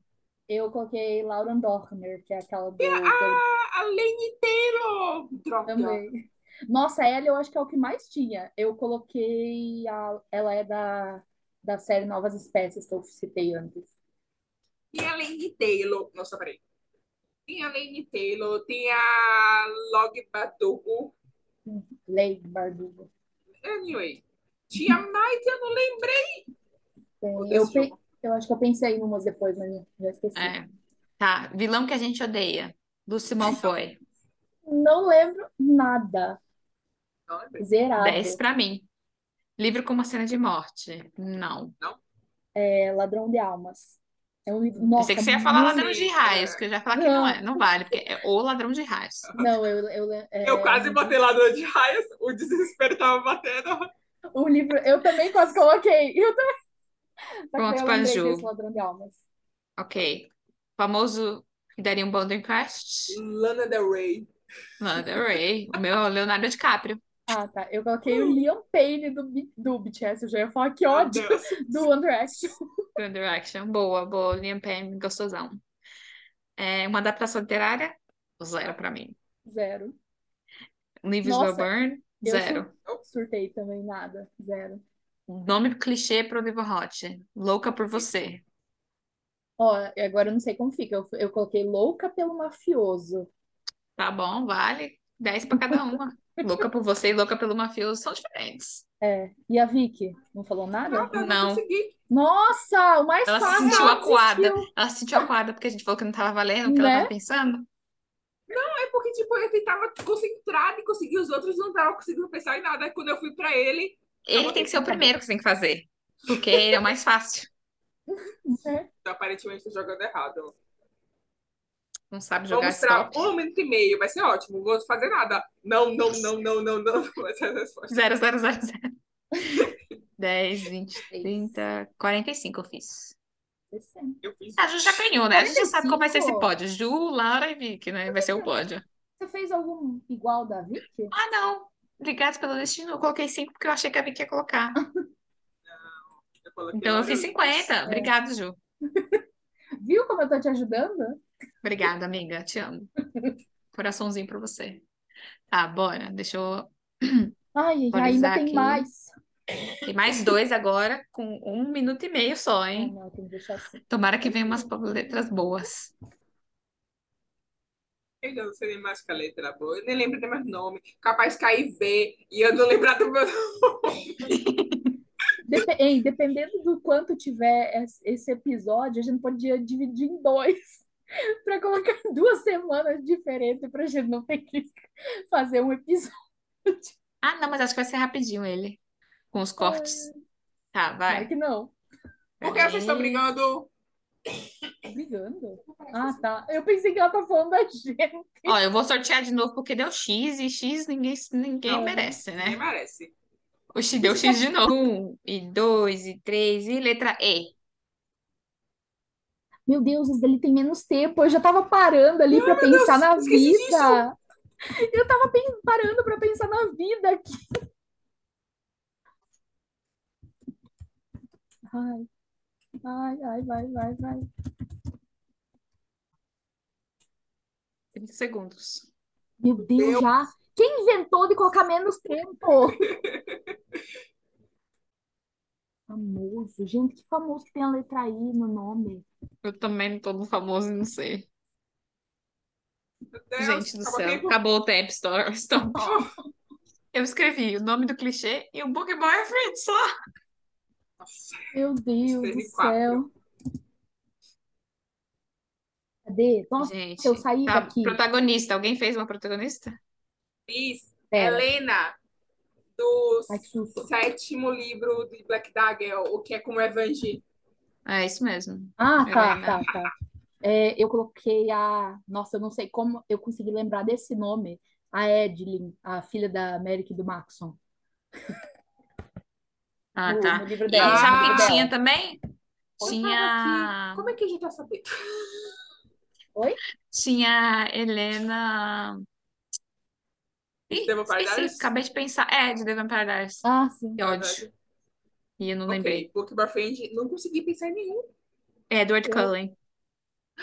Speaker 3: Eu coloquei Lauren Dorner, que é aquela do. que eu
Speaker 4: Ah, a Lane Taylor! Droga.
Speaker 3: também. Nossa, ela eu acho que é o que mais tinha. Eu coloquei. A, ela é da, da série Novas Espécies, que eu citei antes.
Speaker 4: Tem a Lane Taylor. Nossa, peraí. Tem a Lane Taylor, tem a Log Badugo.
Speaker 3: Lei Bardugo.
Speaker 4: Anyway. Tinha mais, eu não lembrei.
Speaker 3: Tem.
Speaker 4: Ou
Speaker 3: Eu,
Speaker 4: desse
Speaker 3: pe-
Speaker 4: jogo.
Speaker 3: eu acho que eu pensei em umas depois, mas eu já esqueci.
Speaker 2: É. Tá, vilão que a gente odeia. Lúcio Malfoy.
Speaker 3: Não lembro nada.
Speaker 4: Não lembrei.
Speaker 3: Zerado.
Speaker 2: 10 pra mim. Livro com uma cena de morte. Não.
Speaker 3: É Ladrão de Almas. É um livro.
Speaker 2: Pensei
Speaker 3: Nossa,
Speaker 2: que você ia falar
Speaker 4: muito-
Speaker 2: ladrão de raios, que eu já ia falar que não é. Não vale, porque é o ladrão de raios.
Speaker 3: não, eu, eu, le- é,
Speaker 4: Eu quase
Speaker 3: um-
Speaker 4: botei ladrão de raias. O desespero tava batendo.
Speaker 3: O livro, eu também quase coloquei. Eu também. Só que
Speaker 2: Pronto
Speaker 3: eu
Speaker 2: para
Speaker 3: lembrei
Speaker 2: Ju.
Speaker 3: desse ladrão de almas.
Speaker 2: Ok. Famoso que daria um bom Dreamcast?
Speaker 4: Lana Del Rey.
Speaker 2: Lana Del Rey. O meu é o Leonardo DiCaprio.
Speaker 3: Ah, tá. Eu coloquei
Speaker 2: Hum.
Speaker 3: o Liam Payne do, B- do BTS. Eu já ia falar que ódio
Speaker 4: Meu Deus.
Speaker 3: do One Direction.
Speaker 2: Grand Direction. Boa, boa. Liam Payne, gostosão. É, uma adaptação literária? Zero pra mim.
Speaker 3: Zero.
Speaker 2: Leaves
Speaker 3: Nossa,
Speaker 2: Will Burn?
Speaker 3: eu sou-
Speaker 2: Zero.
Speaker 3: Surtei também, nada. Zero.
Speaker 2: Nome clichê pro livro Hot. Louca por você.
Speaker 3: Ó, agora eu não sei como fica. Eu, eu coloquei louca pelo mafioso.
Speaker 2: Tá bom, vale. Dez pra cada uma. Louca por você e louca pelo mafioso são diferentes.
Speaker 3: É. E a Vicky? Não falou nada?
Speaker 4: Nada, eu
Speaker 2: Não.
Speaker 4: não consegui.
Speaker 3: Nossa, o mais
Speaker 2: Ela se
Speaker 3: fácil.
Speaker 2: sentiu
Speaker 3: ela
Speaker 2: acuada.
Speaker 3: desistiu.
Speaker 2: Ela se sentiu acuada porque a gente falou que não tava valendo, que ela
Speaker 3: Né?
Speaker 2: tava pensando.
Speaker 4: É porque, tipo, eu tentava concentrada e conseguir os outros, não tava conseguindo pensar em nada. Aí quando eu fui pra ele,
Speaker 2: Ele tem que ser o primeiro que você tem que fazer. Porque ele é o mais fácil.
Speaker 3: Né?
Speaker 4: então, aparentemente tô jogando errado.
Speaker 2: Não sabe
Speaker 4: Vou
Speaker 2: jogar
Speaker 4: mostrar
Speaker 2: stop.
Speaker 4: um minuto e meio, vai ser ótimo. Vou fazer nada. Não, não, não, não, não, não. Vai ser a resposta.
Speaker 2: Zero, zero, zero, zero. 10, 20,
Speaker 3: Três.
Speaker 2: 30, 45 eu fiz.
Speaker 3: Decente.
Speaker 4: Eu fiz.
Speaker 2: A Ju já ganhou, né? A gente já sabe qual vai ser esse
Speaker 3: 45.
Speaker 2: pódio. Ju, Laura e Vicky, né? Vai ser o pódio.
Speaker 3: Você fez algum igual da Vicky?
Speaker 2: Ah, não. Obrigado pelo destino. Eu coloquei 5 porque eu achei que a Vicky ia colocar.
Speaker 4: Eu coloquei
Speaker 2: Então eu
Speaker 4: olha,
Speaker 2: fiz 50. Obrigado, Ju.
Speaker 3: Viu como eu tô te ajudando?
Speaker 2: Obrigada, amiga. Te amo. Coraçãozinho pra você. Tá, bora. Deixa eu.
Speaker 3: Ai,
Speaker 2: Vou
Speaker 3: ainda
Speaker 2: analisar
Speaker 3: tem
Speaker 2: aqui.
Speaker 3: mais.
Speaker 2: Tem mais dois agora, com um minuto e meio só,
Speaker 3: Ah,
Speaker 2: hein?
Speaker 3: não, tem que deixar assim.
Speaker 2: Tomara que venham umas letras boas.
Speaker 4: Eu já não sei nem mais que a letra era boa. Eu nem lembro nem mais o nome. Capaz que aí vê e eu não lembrar do meu nome.
Speaker 3: Dep- hein, dependendo do quanto tiver es- esse episódio, a gente podia dividir em dois para colocar duas semanas diferentes para a gente não ter que fazer um episódio.
Speaker 2: Ah, não, mas acho que vai ser rapidinho ele. Com os cortes. Tá,
Speaker 3: Claro
Speaker 2: vai.
Speaker 3: que não.
Speaker 4: Por que vocês estão
Speaker 2: Peraí.
Speaker 4: brigando?
Speaker 3: Brigando. Ah, tá. Eu pensei que ela tá falando da gente.
Speaker 2: Ó, eu vou sortear de novo porque deu X e X ninguém, ninguém
Speaker 3: Não,
Speaker 2: merece,
Speaker 4: Nem
Speaker 2: né?
Speaker 4: merece.
Speaker 2: Oxi, deu X de novo. Um, e dois, e três, e letra E.
Speaker 3: Meu Deus, isso dele tem menos tempo. Eu já tava parando ali para
Speaker 4: Deus,
Speaker 3: pensar na
Speaker 4: esqueci
Speaker 3: vida.
Speaker 4: disso.
Speaker 3: Eu tava pen- parando para pensar na vida aqui. Ai, ai, ai, vai, vai, vai.
Speaker 2: 30 segundos.
Speaker 3: Meu Deus,
Speaker 4: Deus.
Speaker 3: já. Quem inventou de colocar menos tempo? Famoso. Gente, que famoso que tem a letra I no nome.
Speaker 2: Eu também não tô no famoso, não sei.
Speaker 4: Meu Deus,
Speaker 2: Gente do
Speaker 4: acabou o
Speaker 2: céu,
Speaker 4: tempo.
Speaker 2: acabou o tempo, Stor- Storm. Eu escrevi o nome do clichê e o Book Boyfriend só.
Speaker 4: Nossa,
Speaker 3: Meu Deus do
Speaker 4: Escrevi quatro.
Speaker 3: céu. Cadê? Nossa,
Speaker 2: Gente,
Speaker 3: eu saí
Speaker 2: tá,
Speaker 3: daqui.
Speaker 2: protagonista. Alguém fez uma protagonista?
Speaker 4: fiz.
Speaker 3: Pera.
Speaker 2: é
Speaker 4: Helena, do
Speaker 3: Ai, que susto.
Speaker 4: sétimo livro de Black Dagger, o que é como Evangelho.
Speaker 2: É isso mesmo.
Speaker 3: Ah, tá,
Speaker 2: Helena.
Speaker 3: tá, tá. É, eu coloquei a. Nossa, eu não sei como eu consegui lembrar desse nome. A Edlin, a filha da Merrick do Maxon.
Speaker 2: Ah,
Speaker 3: No-
Speaker 2: tá.
Speaker 3: no livro
Speaker 2: E
Speaker 3: dela,
Speaker 2: sabe
Speaker 4: no
Speaker 2: quem
Speaker 4: livro
Speaker 2: tinha
Speaker 3: dela.
Speaker 2: também?
Speaker 4: Eu tava
Speaker 2: Tinha.
Speaker 4: aqui. Como é que a gente vai saber?
Speaker 2: Tinha Helena. Ih,
Speaker 4: Devil
Speaker 2: esqueci,
Speaker 4: Paradise?
Speaker 2: acabei de pensar. É, de Devil Paradise.
Speaker 3: Ah, sim.
Speaker 2: Que ódio. E eu não lembrei. É
Speaker 4: Ok, Book Barfriend, não consegui pensar em nenhum.
Speaker 2: Edward
Speaker 3: Eu-
Speaker 2: Cullen.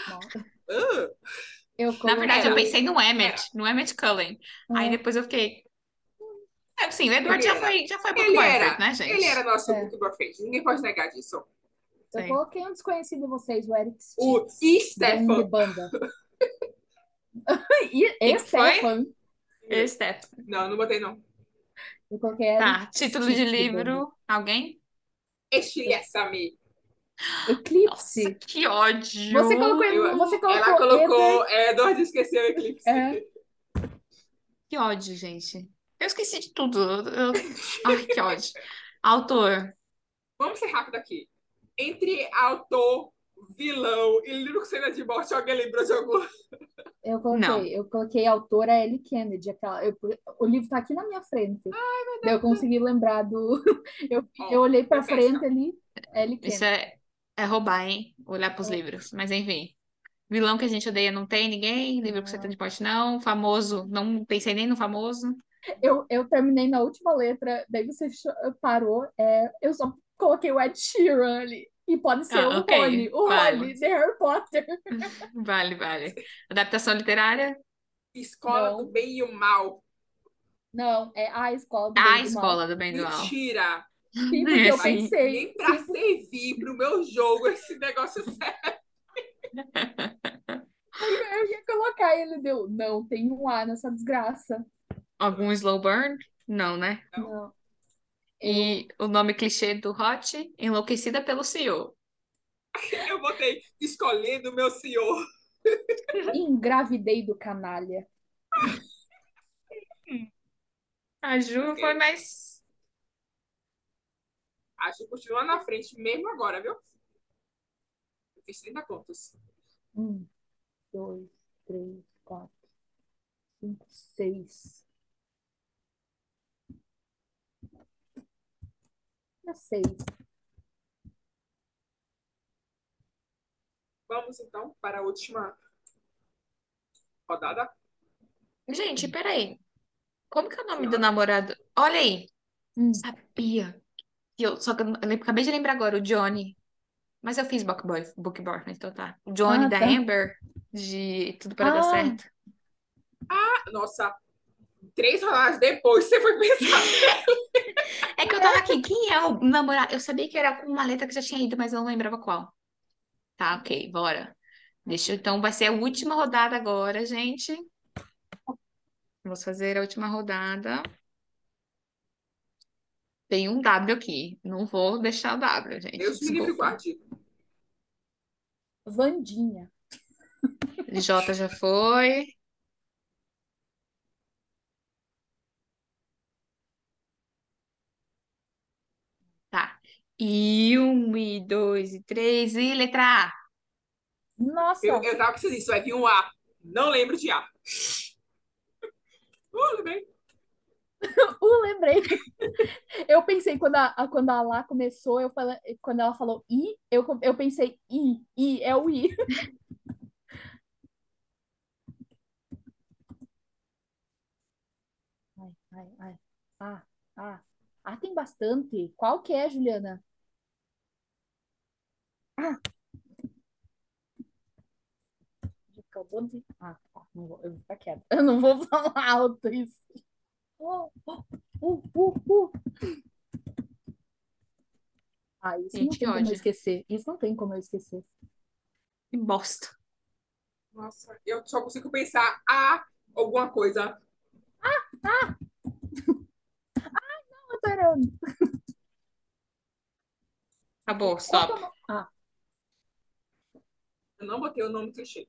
Speaker 3: Não.
Speaker 4: Ah,
Speaker 3: Eu
Speaker 2: Na verdade, eu
Speaker 4: Era. É.
Speaker 3: coloquei-
Speaker 2: pensei no Emmett, no Emmett Cullen. Aí depois eu fiquei. É, Assim, o Edward
Speaker 4: Ele
Speaker 2: já
Speaker 4: era.
Speaker 2: foi, já foi Book
Speaker 4: ele era.
Speaker 2: Boyfriend, né, gente?
Speaker 4: Ele era nosso
Speaker 3: É.
Speaker 4: Book Barfriend, ninguém pode negar disso.
Speaker 3: Eu
Speaker 2: Sim.
Speaker 3: coloquei um desconhecido de vocês, o Eric
Speaker 4: O
Speaker 3: Stitz, grande
Speaker 4: Stefan.
Speaker 3: banda. E é
Speaker 2: Quem que foi?
Speaker 3: Stefan.
Speaker 2: Esse é. Steph.
Speaker 4: Não, não botei não.
Speaker 3: Eu coloquei Eric
Speaker 2: Tá, título de
Speaker 3: Stitz, banda.
Speaker 2: livro. Alguém?
Speaker 4: Este é Sami.
Speaker 3: Eclipse.
Speaker 2: Nossa, que ódio.
Speaker 3: Você colocou,
Speaker 4: Eu-
Speaker 3: você colocou
Speaker 4: Ela colocou
Speaker 3: Edward-
Speaker 4: é, Edward esqueceu o Eclipse.
Speaker 3: É.
Speaker 2: Que ódio, gente. Eu esqueci de tudo. Eu- eu- Ai, que ódio. Autor.
Speaker 4: Vamos ser rápido aqui. Entre autor, vilão e livro com cena de morte, alguém lembrou de algum?
Speaker 3: Eu coloquei,
Speaker 2: Não.
Speaker 3: eu coloquei a autora Ellie Kennedy, aquela, eu- o livro tá aqui na minha frente. Daí eu consegui lembrar do. Eu,
Speaker 2: É,
Speaker 4: Ó,
Speaker 3: eu olhei pra
Speaker 4: perfeição.
Speaker 3: frente ali, Ellie Kennedy.
Speaker 2: Isso é, é roubar, hein? Olhar pros
Speaker 3: É.
Speaker 2: livros. Mas enfim. Vilão que a gente odeia não tem ninguém. Livro que você tem de pote não. Famoso, não pensei nem no famoso.
Speaker 3: Eu, eu terminei na última letra, daí você cho- parou. É, eu só coloquei o Ed Sheeran ali. E pode ser
Speaker 2: Ah,
Speaker 3: o
Speaker 2: ok,
Speaker 3: Rony, o
Speaker 2: vale.
Speaker 3: Rony de Harry Potter.
Speaker 2: Vale, vale. Adaptação literária?
Speaker 4: Escola
Speaker 3: Não.
Speaker 4: do Bem e o Mal.
Speaker 3: Não, é a escola do
Speaker 2: A
Speaker 3: bem e do mal.
Speaker 2: escola do bem e do mal.
Speaker 4: Mentira!
Speaker 3: Sim, porque
Speaker 2: É,
Speaker 3: eu
Speaker 2: sim.
Speaker 3: pensei.
Speaker 4: Nem pra
Speaker 3: sim,
Speaker 4: servir pro meu jogo esse negócio sério.
Speaker 3: porque eu ia colocar ele. Deu, não, tem um A nessa desgraça.
Speaker 2: Algum slow burn? Não, né?
Speaker 3: Não.
Speaker 2: E o nome clichê do Hot? Enlouquecida pelo CEO.
Speaker 4: Eu botei escolhendo o meu senhor.
Speaker 3: Engravidei do canalha.
Speaker 2: A Ju
Speaker 4: Ok.
Speaker 2: foi mais.
Speaker 4: Acho que continua na frente mesmo agora, viu? Eu fiz 30 contas.
Speaker 3: Um, dois, três, quatro, cinco, seis. Já sei.
Speaker 4: Vamos então para a última rodada.
Speaker 2: Gente, peraí. Como que é o nome do namorado? Olha aí.
Speaker 3: Hum.
Speaker 2: Sabia. E eu, só que eu, não- eu lem- acabei de lembrar agora, o Johnny. Mas eu fiz Book Boy, Book Boy, né? então tá. O Johnny
Speaker 3: Ah,
Speaker 2: da
Speaker 3: tá.
Speaker 2: Amber, de Tudo para Dar
Speaker 3: Ah.
Speaker 2: Certo.
Speaker 4: Nossa, três rodadas depois você foi pensar.
Speaker 2: É que eu tava aqui. Quem é o namorado? Eu sabia que era com uma letra que já tinha ido, mas eu não lembrava qual. Tá, ok, bora. Deixa, eu- então vai ser a última rodada agora, gente. Vamos fazer a última rodada. Tem um W aqui. Não vou deixar o W, gente.
Speaker 4: Deus me livre e
Speaker 2: Desculpa.
Speaker 4: guarde.
Speaker 3: Vandinha.
Speaker 2: J já foi. Tá. E um, e dois, e três, e letra A.
Speaker 3: Nossa,
Speaker 4: Eu, eu tava pensando nisso, vai vir um A. Não lembro de A. Tudo bem.
Speaker 3: uh, lembrei. Eu pensei quando a, a- quando a Lá começou, eu falei, quando ela falou I, eu, co- eu pensei I, I, é o I. Ai, ai, ai. Ah, ah. Ah, tem bastante. Qual que é, Juliana? Ah. Acabou de. Ah, tá. Não vou- eu vou ficar quieta. Eu não vou falar alto isso. Oh, oh, uh, uh, uh. Ah, isso
Speaker 2: Gente, que
Speaker 3: não tem como
Speaker 2: ódio.
Speaker 3: eu esquecer. Isso não tem como eu esquecer.
Speaker 2: Que bosta.
Speaker 4: Nossa, eu só consigo pensar A, alguma coisa.
Speaker 3: Eu tô errando.
Speaker 2: Acabou,
Speaker 3: Qual que é
Speaker 2: stop.
Speaker 3: o nome? Ah,
Speaker 4: Eu não botei o nome clichê.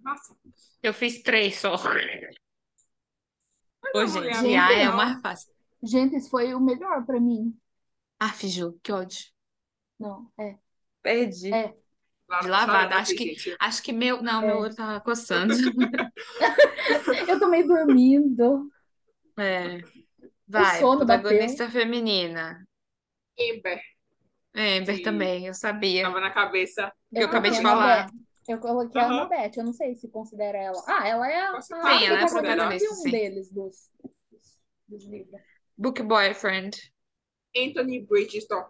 Speaker 4: Nossa,
Speaker 2: Eu fiz três só.
Speaker 3: é
Speaker 2: Ô,
Speaker 4: vou ganhar
Speaker 2: gente,
Speaker 3: muito,
Speaker 2: A é o
Speaker 4: não.
Speaker 2: mais fácil.
Speaker 3: gente, isso foi o melhor pra mim.
Speaker 2: Ah, Ju, que ódio.
Speaker 3: Não, é.
Speaker 2: Perdi.
Speaker 3: É.
Speaker 4: lá
Speaker 2: De lavada,
Speaker 4: chorando
Speaker 2: acho
Speaker 4: aqui, gente.
Speaker 2: Acho que meu. Não,
Speaker 3: É.
Speaker 2: meu olho tava coçando.
Speaker 3: Eu tomei dormindo.
Speaker 2: É. Vai,
Speaker 3: sono bateu.
Speaker 2: protagonista feminina.
Speaker 4: Amber,
Speaker 2: Amber
Speaker 4: Sim.
Speaker 2: também, eu sabia.
Speaker 4: tava na cabeça.
Speaker 2: Que eu acabei de
Speaker 3: coloquei a
Speaker 2: falar.
Speaker 3: é Beth. Eu coloquei a
Speaker 4: Aham.
Speaker 3: Anabeth, eu não sei se considera ela. Ah, ela é a, a
Speaker 4: Sim,
Speaker 2: ela é a
Speaker 3: protagonista
Speaker 2: protagonista,
Speaker 3: de um
Speaker 2: sim.
Speaker 3: deles, dos, dos, dos livros.
Speaker 2: Book Boyfriend.
Speaker 4: Anthony Bridgeston.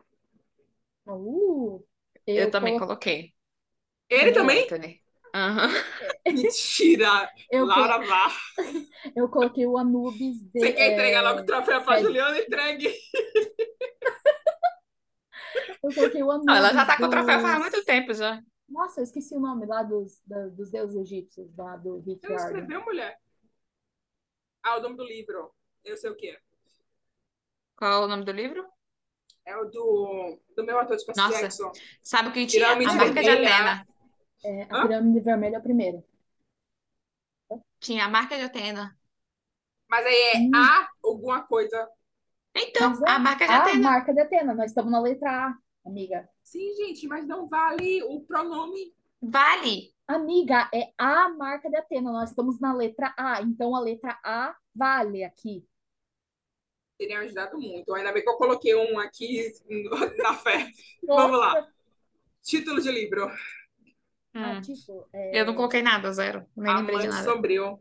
Speaker 3: Uh,
Speaker 2: Eu,
Speaker 3: eu,
Speaker 2: também
Speaker 3: colo-
Speaker 2: coloquei. Uhum.
Speaker 4: Ele também?
Speaker 2: Anthony. Aham.
Speaker 4: Mentira!
Speaker 3: eu, co-
Speaker 4: Laura vá.
Speaker 3: eu coloquei o Anubis de.
Speaker 4: Você quer entregar
Speaker 3: é,
Speaker 4: logo o troféu pra
Speaker 3: Sede.
Speaker 4: Juliana? Entregue!
Speaker 3: Eu coloquei o Anubis.
Speaker 2: Não, ela já tá com o troféu faz
Speaker 3: dos-
Speaker 2: muito tempo já.
Speaker 3: Nossa, eu esqueci o nome lá dos, da- dos deuses egípcios, lá do Rick
Speaker 4: Eu
Speaker 3: Riordan.
Speaker 4: escreveu, mulher. Ah, o nome do livro. Eu sei o que é.
Speaker 2: Qual é o nome do livro?
Speaker 4: É o do, do meu ator de Percy
Speaker 2: Nossa.
Speaker 4: Jackson.
Speaker 2: Sabe o que tinha?
Speaker 4: Pirâmide
Speaker 2: A marca de
Speaker 4: vermelha.
Speaker 2: Atena.
Speaker 3: É, a
Speaker 4: Hã?
Speaker 3: pirâmide vermelha é a primeira.
Speaker 2: Tinha a marca de Atena.
Speaker 4: Mas aí é
Speaker 3: Hum.
Speaker 4: A, alguma coisa.
Speaker 2: Então,
Speaker 3: Mas é-
Speaker 2: a marca de
Speaker 3: Ah,
Speaker 2: Atena.
Speaker 3: marca de Atena, nós estamos na letra A, amiga.
Speaker 4: Sim, gente, mas não vale o pronome.
Speaker 2: Vale.
Speaker 3: Amiga, é a marca de Atena. Nós estamos na letra A, então a letra A vale aqui.
Speaker 4: Teria ajudado muito. Ainda bem que eu coloquei um aqui na fé. Vamos lá. Título de livro.
Speaker 3: Ah,
Speaker 2: Hum.
Speaker 3: tipo,
Speaker 2: Eu não coloquei nada, zero. Nem lembrei de
Speaker 4: Amante
Speaker 2: nada.
Speaker 4: Sombrio.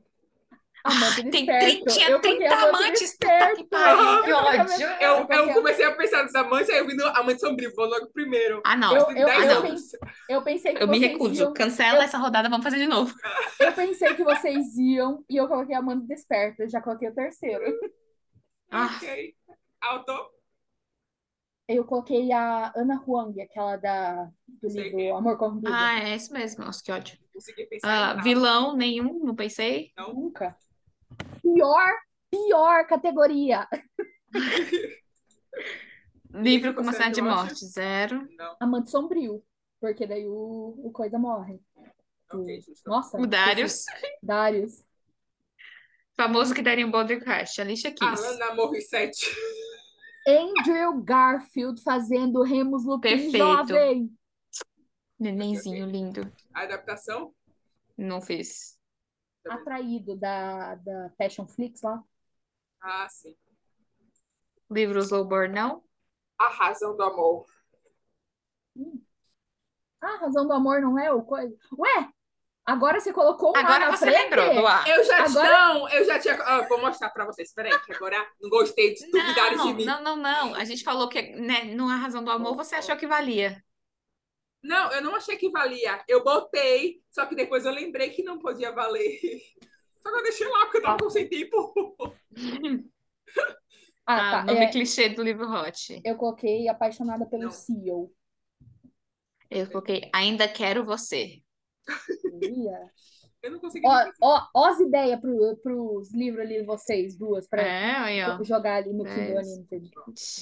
Speaker 3: amante do
Speaker 2: Ah, Tem
Speaker 3: esperto.
Speaker 2: 30, tinha
Speaker 3: Eu coloquei
Speaker 2: 30
Speaker 3: amante do
Speaker 2: amantes. Puta
Speaker 3: esperto.
Speaker 2: que pariu, que
Speaker 3: Eu coloquei amante-
Speaker 2: ódio.
Speaker 4: Eu,
Speaker 3: coloquei
Speaker 4: eu
Speaker 3: amante-
Speaker 4: comecei a pensar nos amantes, aí eu vi no Amante Sombrio. Vou logo primeiro.
Speaker 2: Ah, não.
Speaker 3: Eu-
Speaker 4: Tem
Speaker 3: eu-
Speaker 4: 10
Speaker 3: eu
Speaker 4: anos.
Speaker 3: Eu pensei que
Speaker 2: Eu me
Speaker 3: vocês
Speaker 2: recuso.
Speaker 3: iam-
Speaker 2: Cancela
Speaker 3: eu-
Speaker 2: essa rodada, vamos fazer de novo.
Speaker 3: eu pensei que vocês iam e eu coloquei amante do esperto. Eu já coloquei o terceiro.
Speaker 2: Ah.
Speaker 4: Ok. Autor.
Speaker 3: Eu coloquei a Ana Huang, aquela da, do
Speaker 4: Sei
Speaker 3: livro
Speaker 4: quem é.
Speaker 3: Amor Corrompido.
Speaker 2: Ah, é isso mesmo. Nossa, que ódio.
Speaker 4: Consegui
Speaker 2: Ah,
Speaker 4: pensar em nada.
Speaker 2: vilão nenhum, não pensei.
Speaker 3: Nunca. Pior, pior categoria.
Speaker 2: Livro com
Speaker 4: com
Speaker 2: uma cena de
Speaker 4: cena de morte.
Speaker 2: morte, zero.
Speaker 4: Não.
Speaker 3: Amante sombrio. Porque daí o, o coisa morre.
Speaker 2: Hum.
Speaker 4: Ok, justo.
Speaker 3: Nossa.
Speaker 2: O Darius.
Speaker 3: esqueci. Darius.
Speaker 2: Famoso que daria um bom de caixa.
Speaker 3: Ah,
Speaker 2: Alicia Keys.
Speaker 4: Alana Morissette.
Speaker 3: Andrew Garfield fazendo Remus Lupin
Speaker 2: Perfeito.
Speaker 3: jovem.
Speaker 2: Nenenzinho lindo.
Speaker 4: Adaptação.
Speaker 2: Não fiz.
Speaker 3: Atraído da, da Passion Flix lá.
Speaker 4: Ah, sim.
Speaker 2: Livro Slowborn, não.
Speaker 4: A razão do amor.
Speaker 3: Ah, a razão do amor não é o coisa. Ué, agora você colocou um A
Speaker 2: Agora
Speaker 3: na
Speaker 2: você
Speaker 3: frente?
Speaker 2: lembrou do A.
Speaker 4: Eu já
Speaker 3: Agora-
Speaker 4: não, eu já tinha. Ah, vou mostrar pra vocês. Peraí, que agora não gostei de duvidarem de
Speaker 2: Não,
Speaker 4: mim.
Speaker 2: não, não, não. A gente falou que né, não há razão do amor, você achou que valia.
Speaker 4: Não, eu não achei que valia. Eu botei, só que depois eu lembrei que não podia valer. Só que eu deixei lá, porque eu tava com sem tempo.
Speaker 3: Ah,
Speaker 2: Ah,
Speaker 3: tá.
Speaker 2: nome
Speaker 3: É,
Speaker 2: clichê do livro Hot.
Speaker 3: eu coloquei apaixonada pelo
Speaker 4: Não.
Speaker 3: CEO.
Speaker 2: Eu coloquei Ainda Quero Você.
Speaker 3: Ia.
Speaker 4: Eu não consegui.
Speaker 3: Ó, ó, ó as ideias pro, pros livros ali, vocês duas, pra
Speaker 2: É, aí, ó.
Speaker 3: jogar ali no Kindle
Speaker 2: É.
Speaker 3: Unlimited.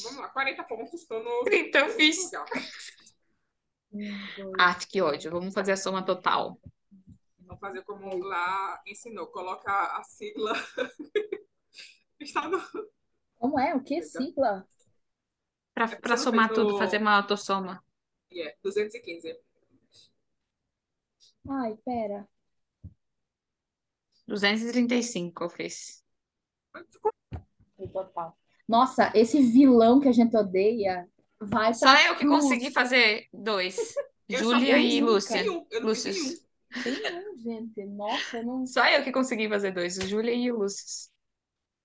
Speaker 4: Vamos lá, 40 pontos, estou no.
Speaker 2: Então fiz.
Speaker 4: Legal.
Speaker 3: Um, dois,
Speaker 2: Arte, que ódio. Vamos fazer a soma total.
Speaker 4: Vamos fazer como lá ensinou. Coloca a sigla. Está no.
Speaker 3: Como é? O que sigla?
Speaker 2: Pra,
Speaker 4: você
Speaker 2: pra
Speaker 4: não
Speaker 2: somar
Speaker 4: fez o-
Speaker 2: tudo, fazer uma autossoma.
Speaker 4: Yeah, 215.
Speaker 3: Ai, pera.
Speaker 2: 235 eu fiz.
Speaker 3: Foi Total. Nossa, esse vilão que a gente odeia vai pra
Speaker 2: Só eu que
Speaker 3: cruz.
Speaker 2: consegui fazer dois.
Speaker 4: Eu só
Speaker 2: Júlia
Speaker 4: fiz
Speaker 2: e
Speaker 4: um,
Speaker 2: Lúcia.
Speaker 4: nenhum. Eu não fiz
Speaker 2: Lúcius.
Speaker 4: nenhum.
Speaker 3: Tem um, gente. Nossa, eu não,
Speaker 2: Só eu que consegui fazer dois, o Júlia e o Lúcio.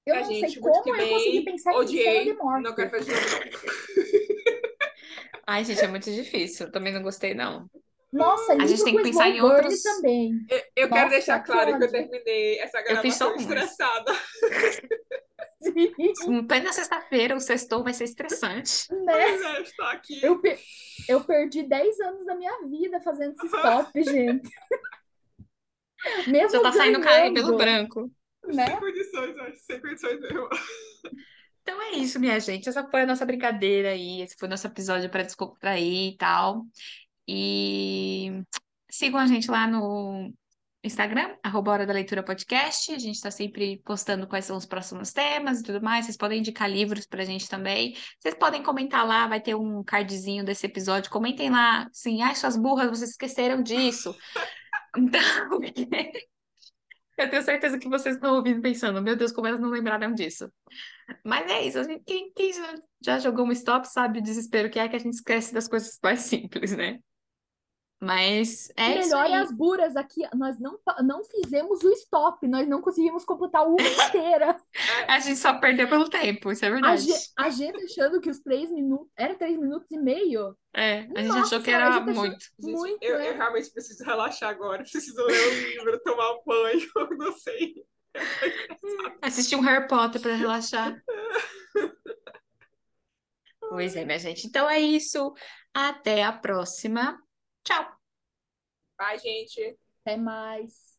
Speaker 3: eu
Speaker 4: Tá,
Speaker 3: não sei
Speaker 4: gente, muito
Speaker 3: como
Speaker 4: que
Speaker 3: eu
Speaker 4: bem.
Speaker 3: consegui pensar em cena
Speaker 4: Odiei.
Speaker 3: de morte.
Speaker 4: Não quero fazer de novo.
Speaker 2: Ai, gente, é muito difícil. Eu também não gostei, não.
Speaker 3: Nossa, livro
Speaker 2: gente tem que
Speaker 3: com
Speaker 2: pensar em
Speaker 3: Slowburn
Speaker 2: outros-
Speaker 3: também.
Speaker 4: Eu, eu
Speaker 3: Nossa,
Speaker 4: quero deixar
Speaker 3: que
Speaker 4: claro que eu
Speaker 3: ódio.
Speaker 4: terminei essa
Speaker 2: Eu fiz só
Speaker 4: gravação
Speaker 2: um, mas-
Speaker 4: estressada.
Speaker 2: Apenas Um na sexta-feira, o sextou vai ser estressante.
Speaker 3: Né?
Speaker 4: Mas eu estou é, aqui.
Speaker 3: Eu, pe- eu perdi 10 anos da minha vida fazendo esse stop, gente. Mesmo
Speaker 2: Você tá saindo
Speaker 3: ganhando,
Speaker 2: caro pelo branco.
Speaker 3: né?
Speaker 4: Sem condições, eu acho. Sem condições. Eu...
Speaker 2: Então é isso, minha gente. Essa foi a nossa brincadeira aí. Esse foi o nosso episódio para descontrair e tal. E sigam a gente lá no Instagram, arroba Hora da Leitura Podcast. A gente está sempre postando quais são os próximos temas e tudo mais. Vocês podem indicar livros pra gente também. Vocês podem comentar lá, vai ter um cardzinho desse episódio. Comentem lá, assim, ai, suas burras, vocês esqueceram disso. Então, porque eu tenho certeza que vocês estão ouvindo pensando, meu Deus, como elas não lembraram disso. Mas é isso, a gente- quem, quem já- já jogou um stop sabe o desespero que é que a gente esquece das coisas mais simples, né? Mas é isso
Speaker 3: Melhor
Speaker 2: aí.
Speaker 3: é as buras aqui. Nós não, pa- não fizemos o stop, nós não conseguimos completar uma inteira.
Speaker 2: A gente só perdeu pelo tempo, isso é
Speaker 3: A,
Speaker 2: verdade.
Speaker 3: G, a gente achando que os 3 minutos. Era 3 minutos e meio?
Speaker 2: É, a gente
Speaker 3: Nossa,
Speaker 2: achou que
Speaker 3: a
Speaker 2: era
Speaker 3: gente achou-
Speaker 2: muito.
Speaker 4: Gente,
Speaker 3: Muito,
Speaker 4: eu,
Speaker 3: né?
Speaker 4: eu realmente preciso relaxar agora. Preciso ler um livro, tomar um banho. Eu não sei.
Speaker 2: Assistir um Harry Potter para relaxar. Pois é, minha gente. Então é isso. Até a próxima. Tchau.
Speaker 4: Bye, gente.
Speaker 3: Até mais.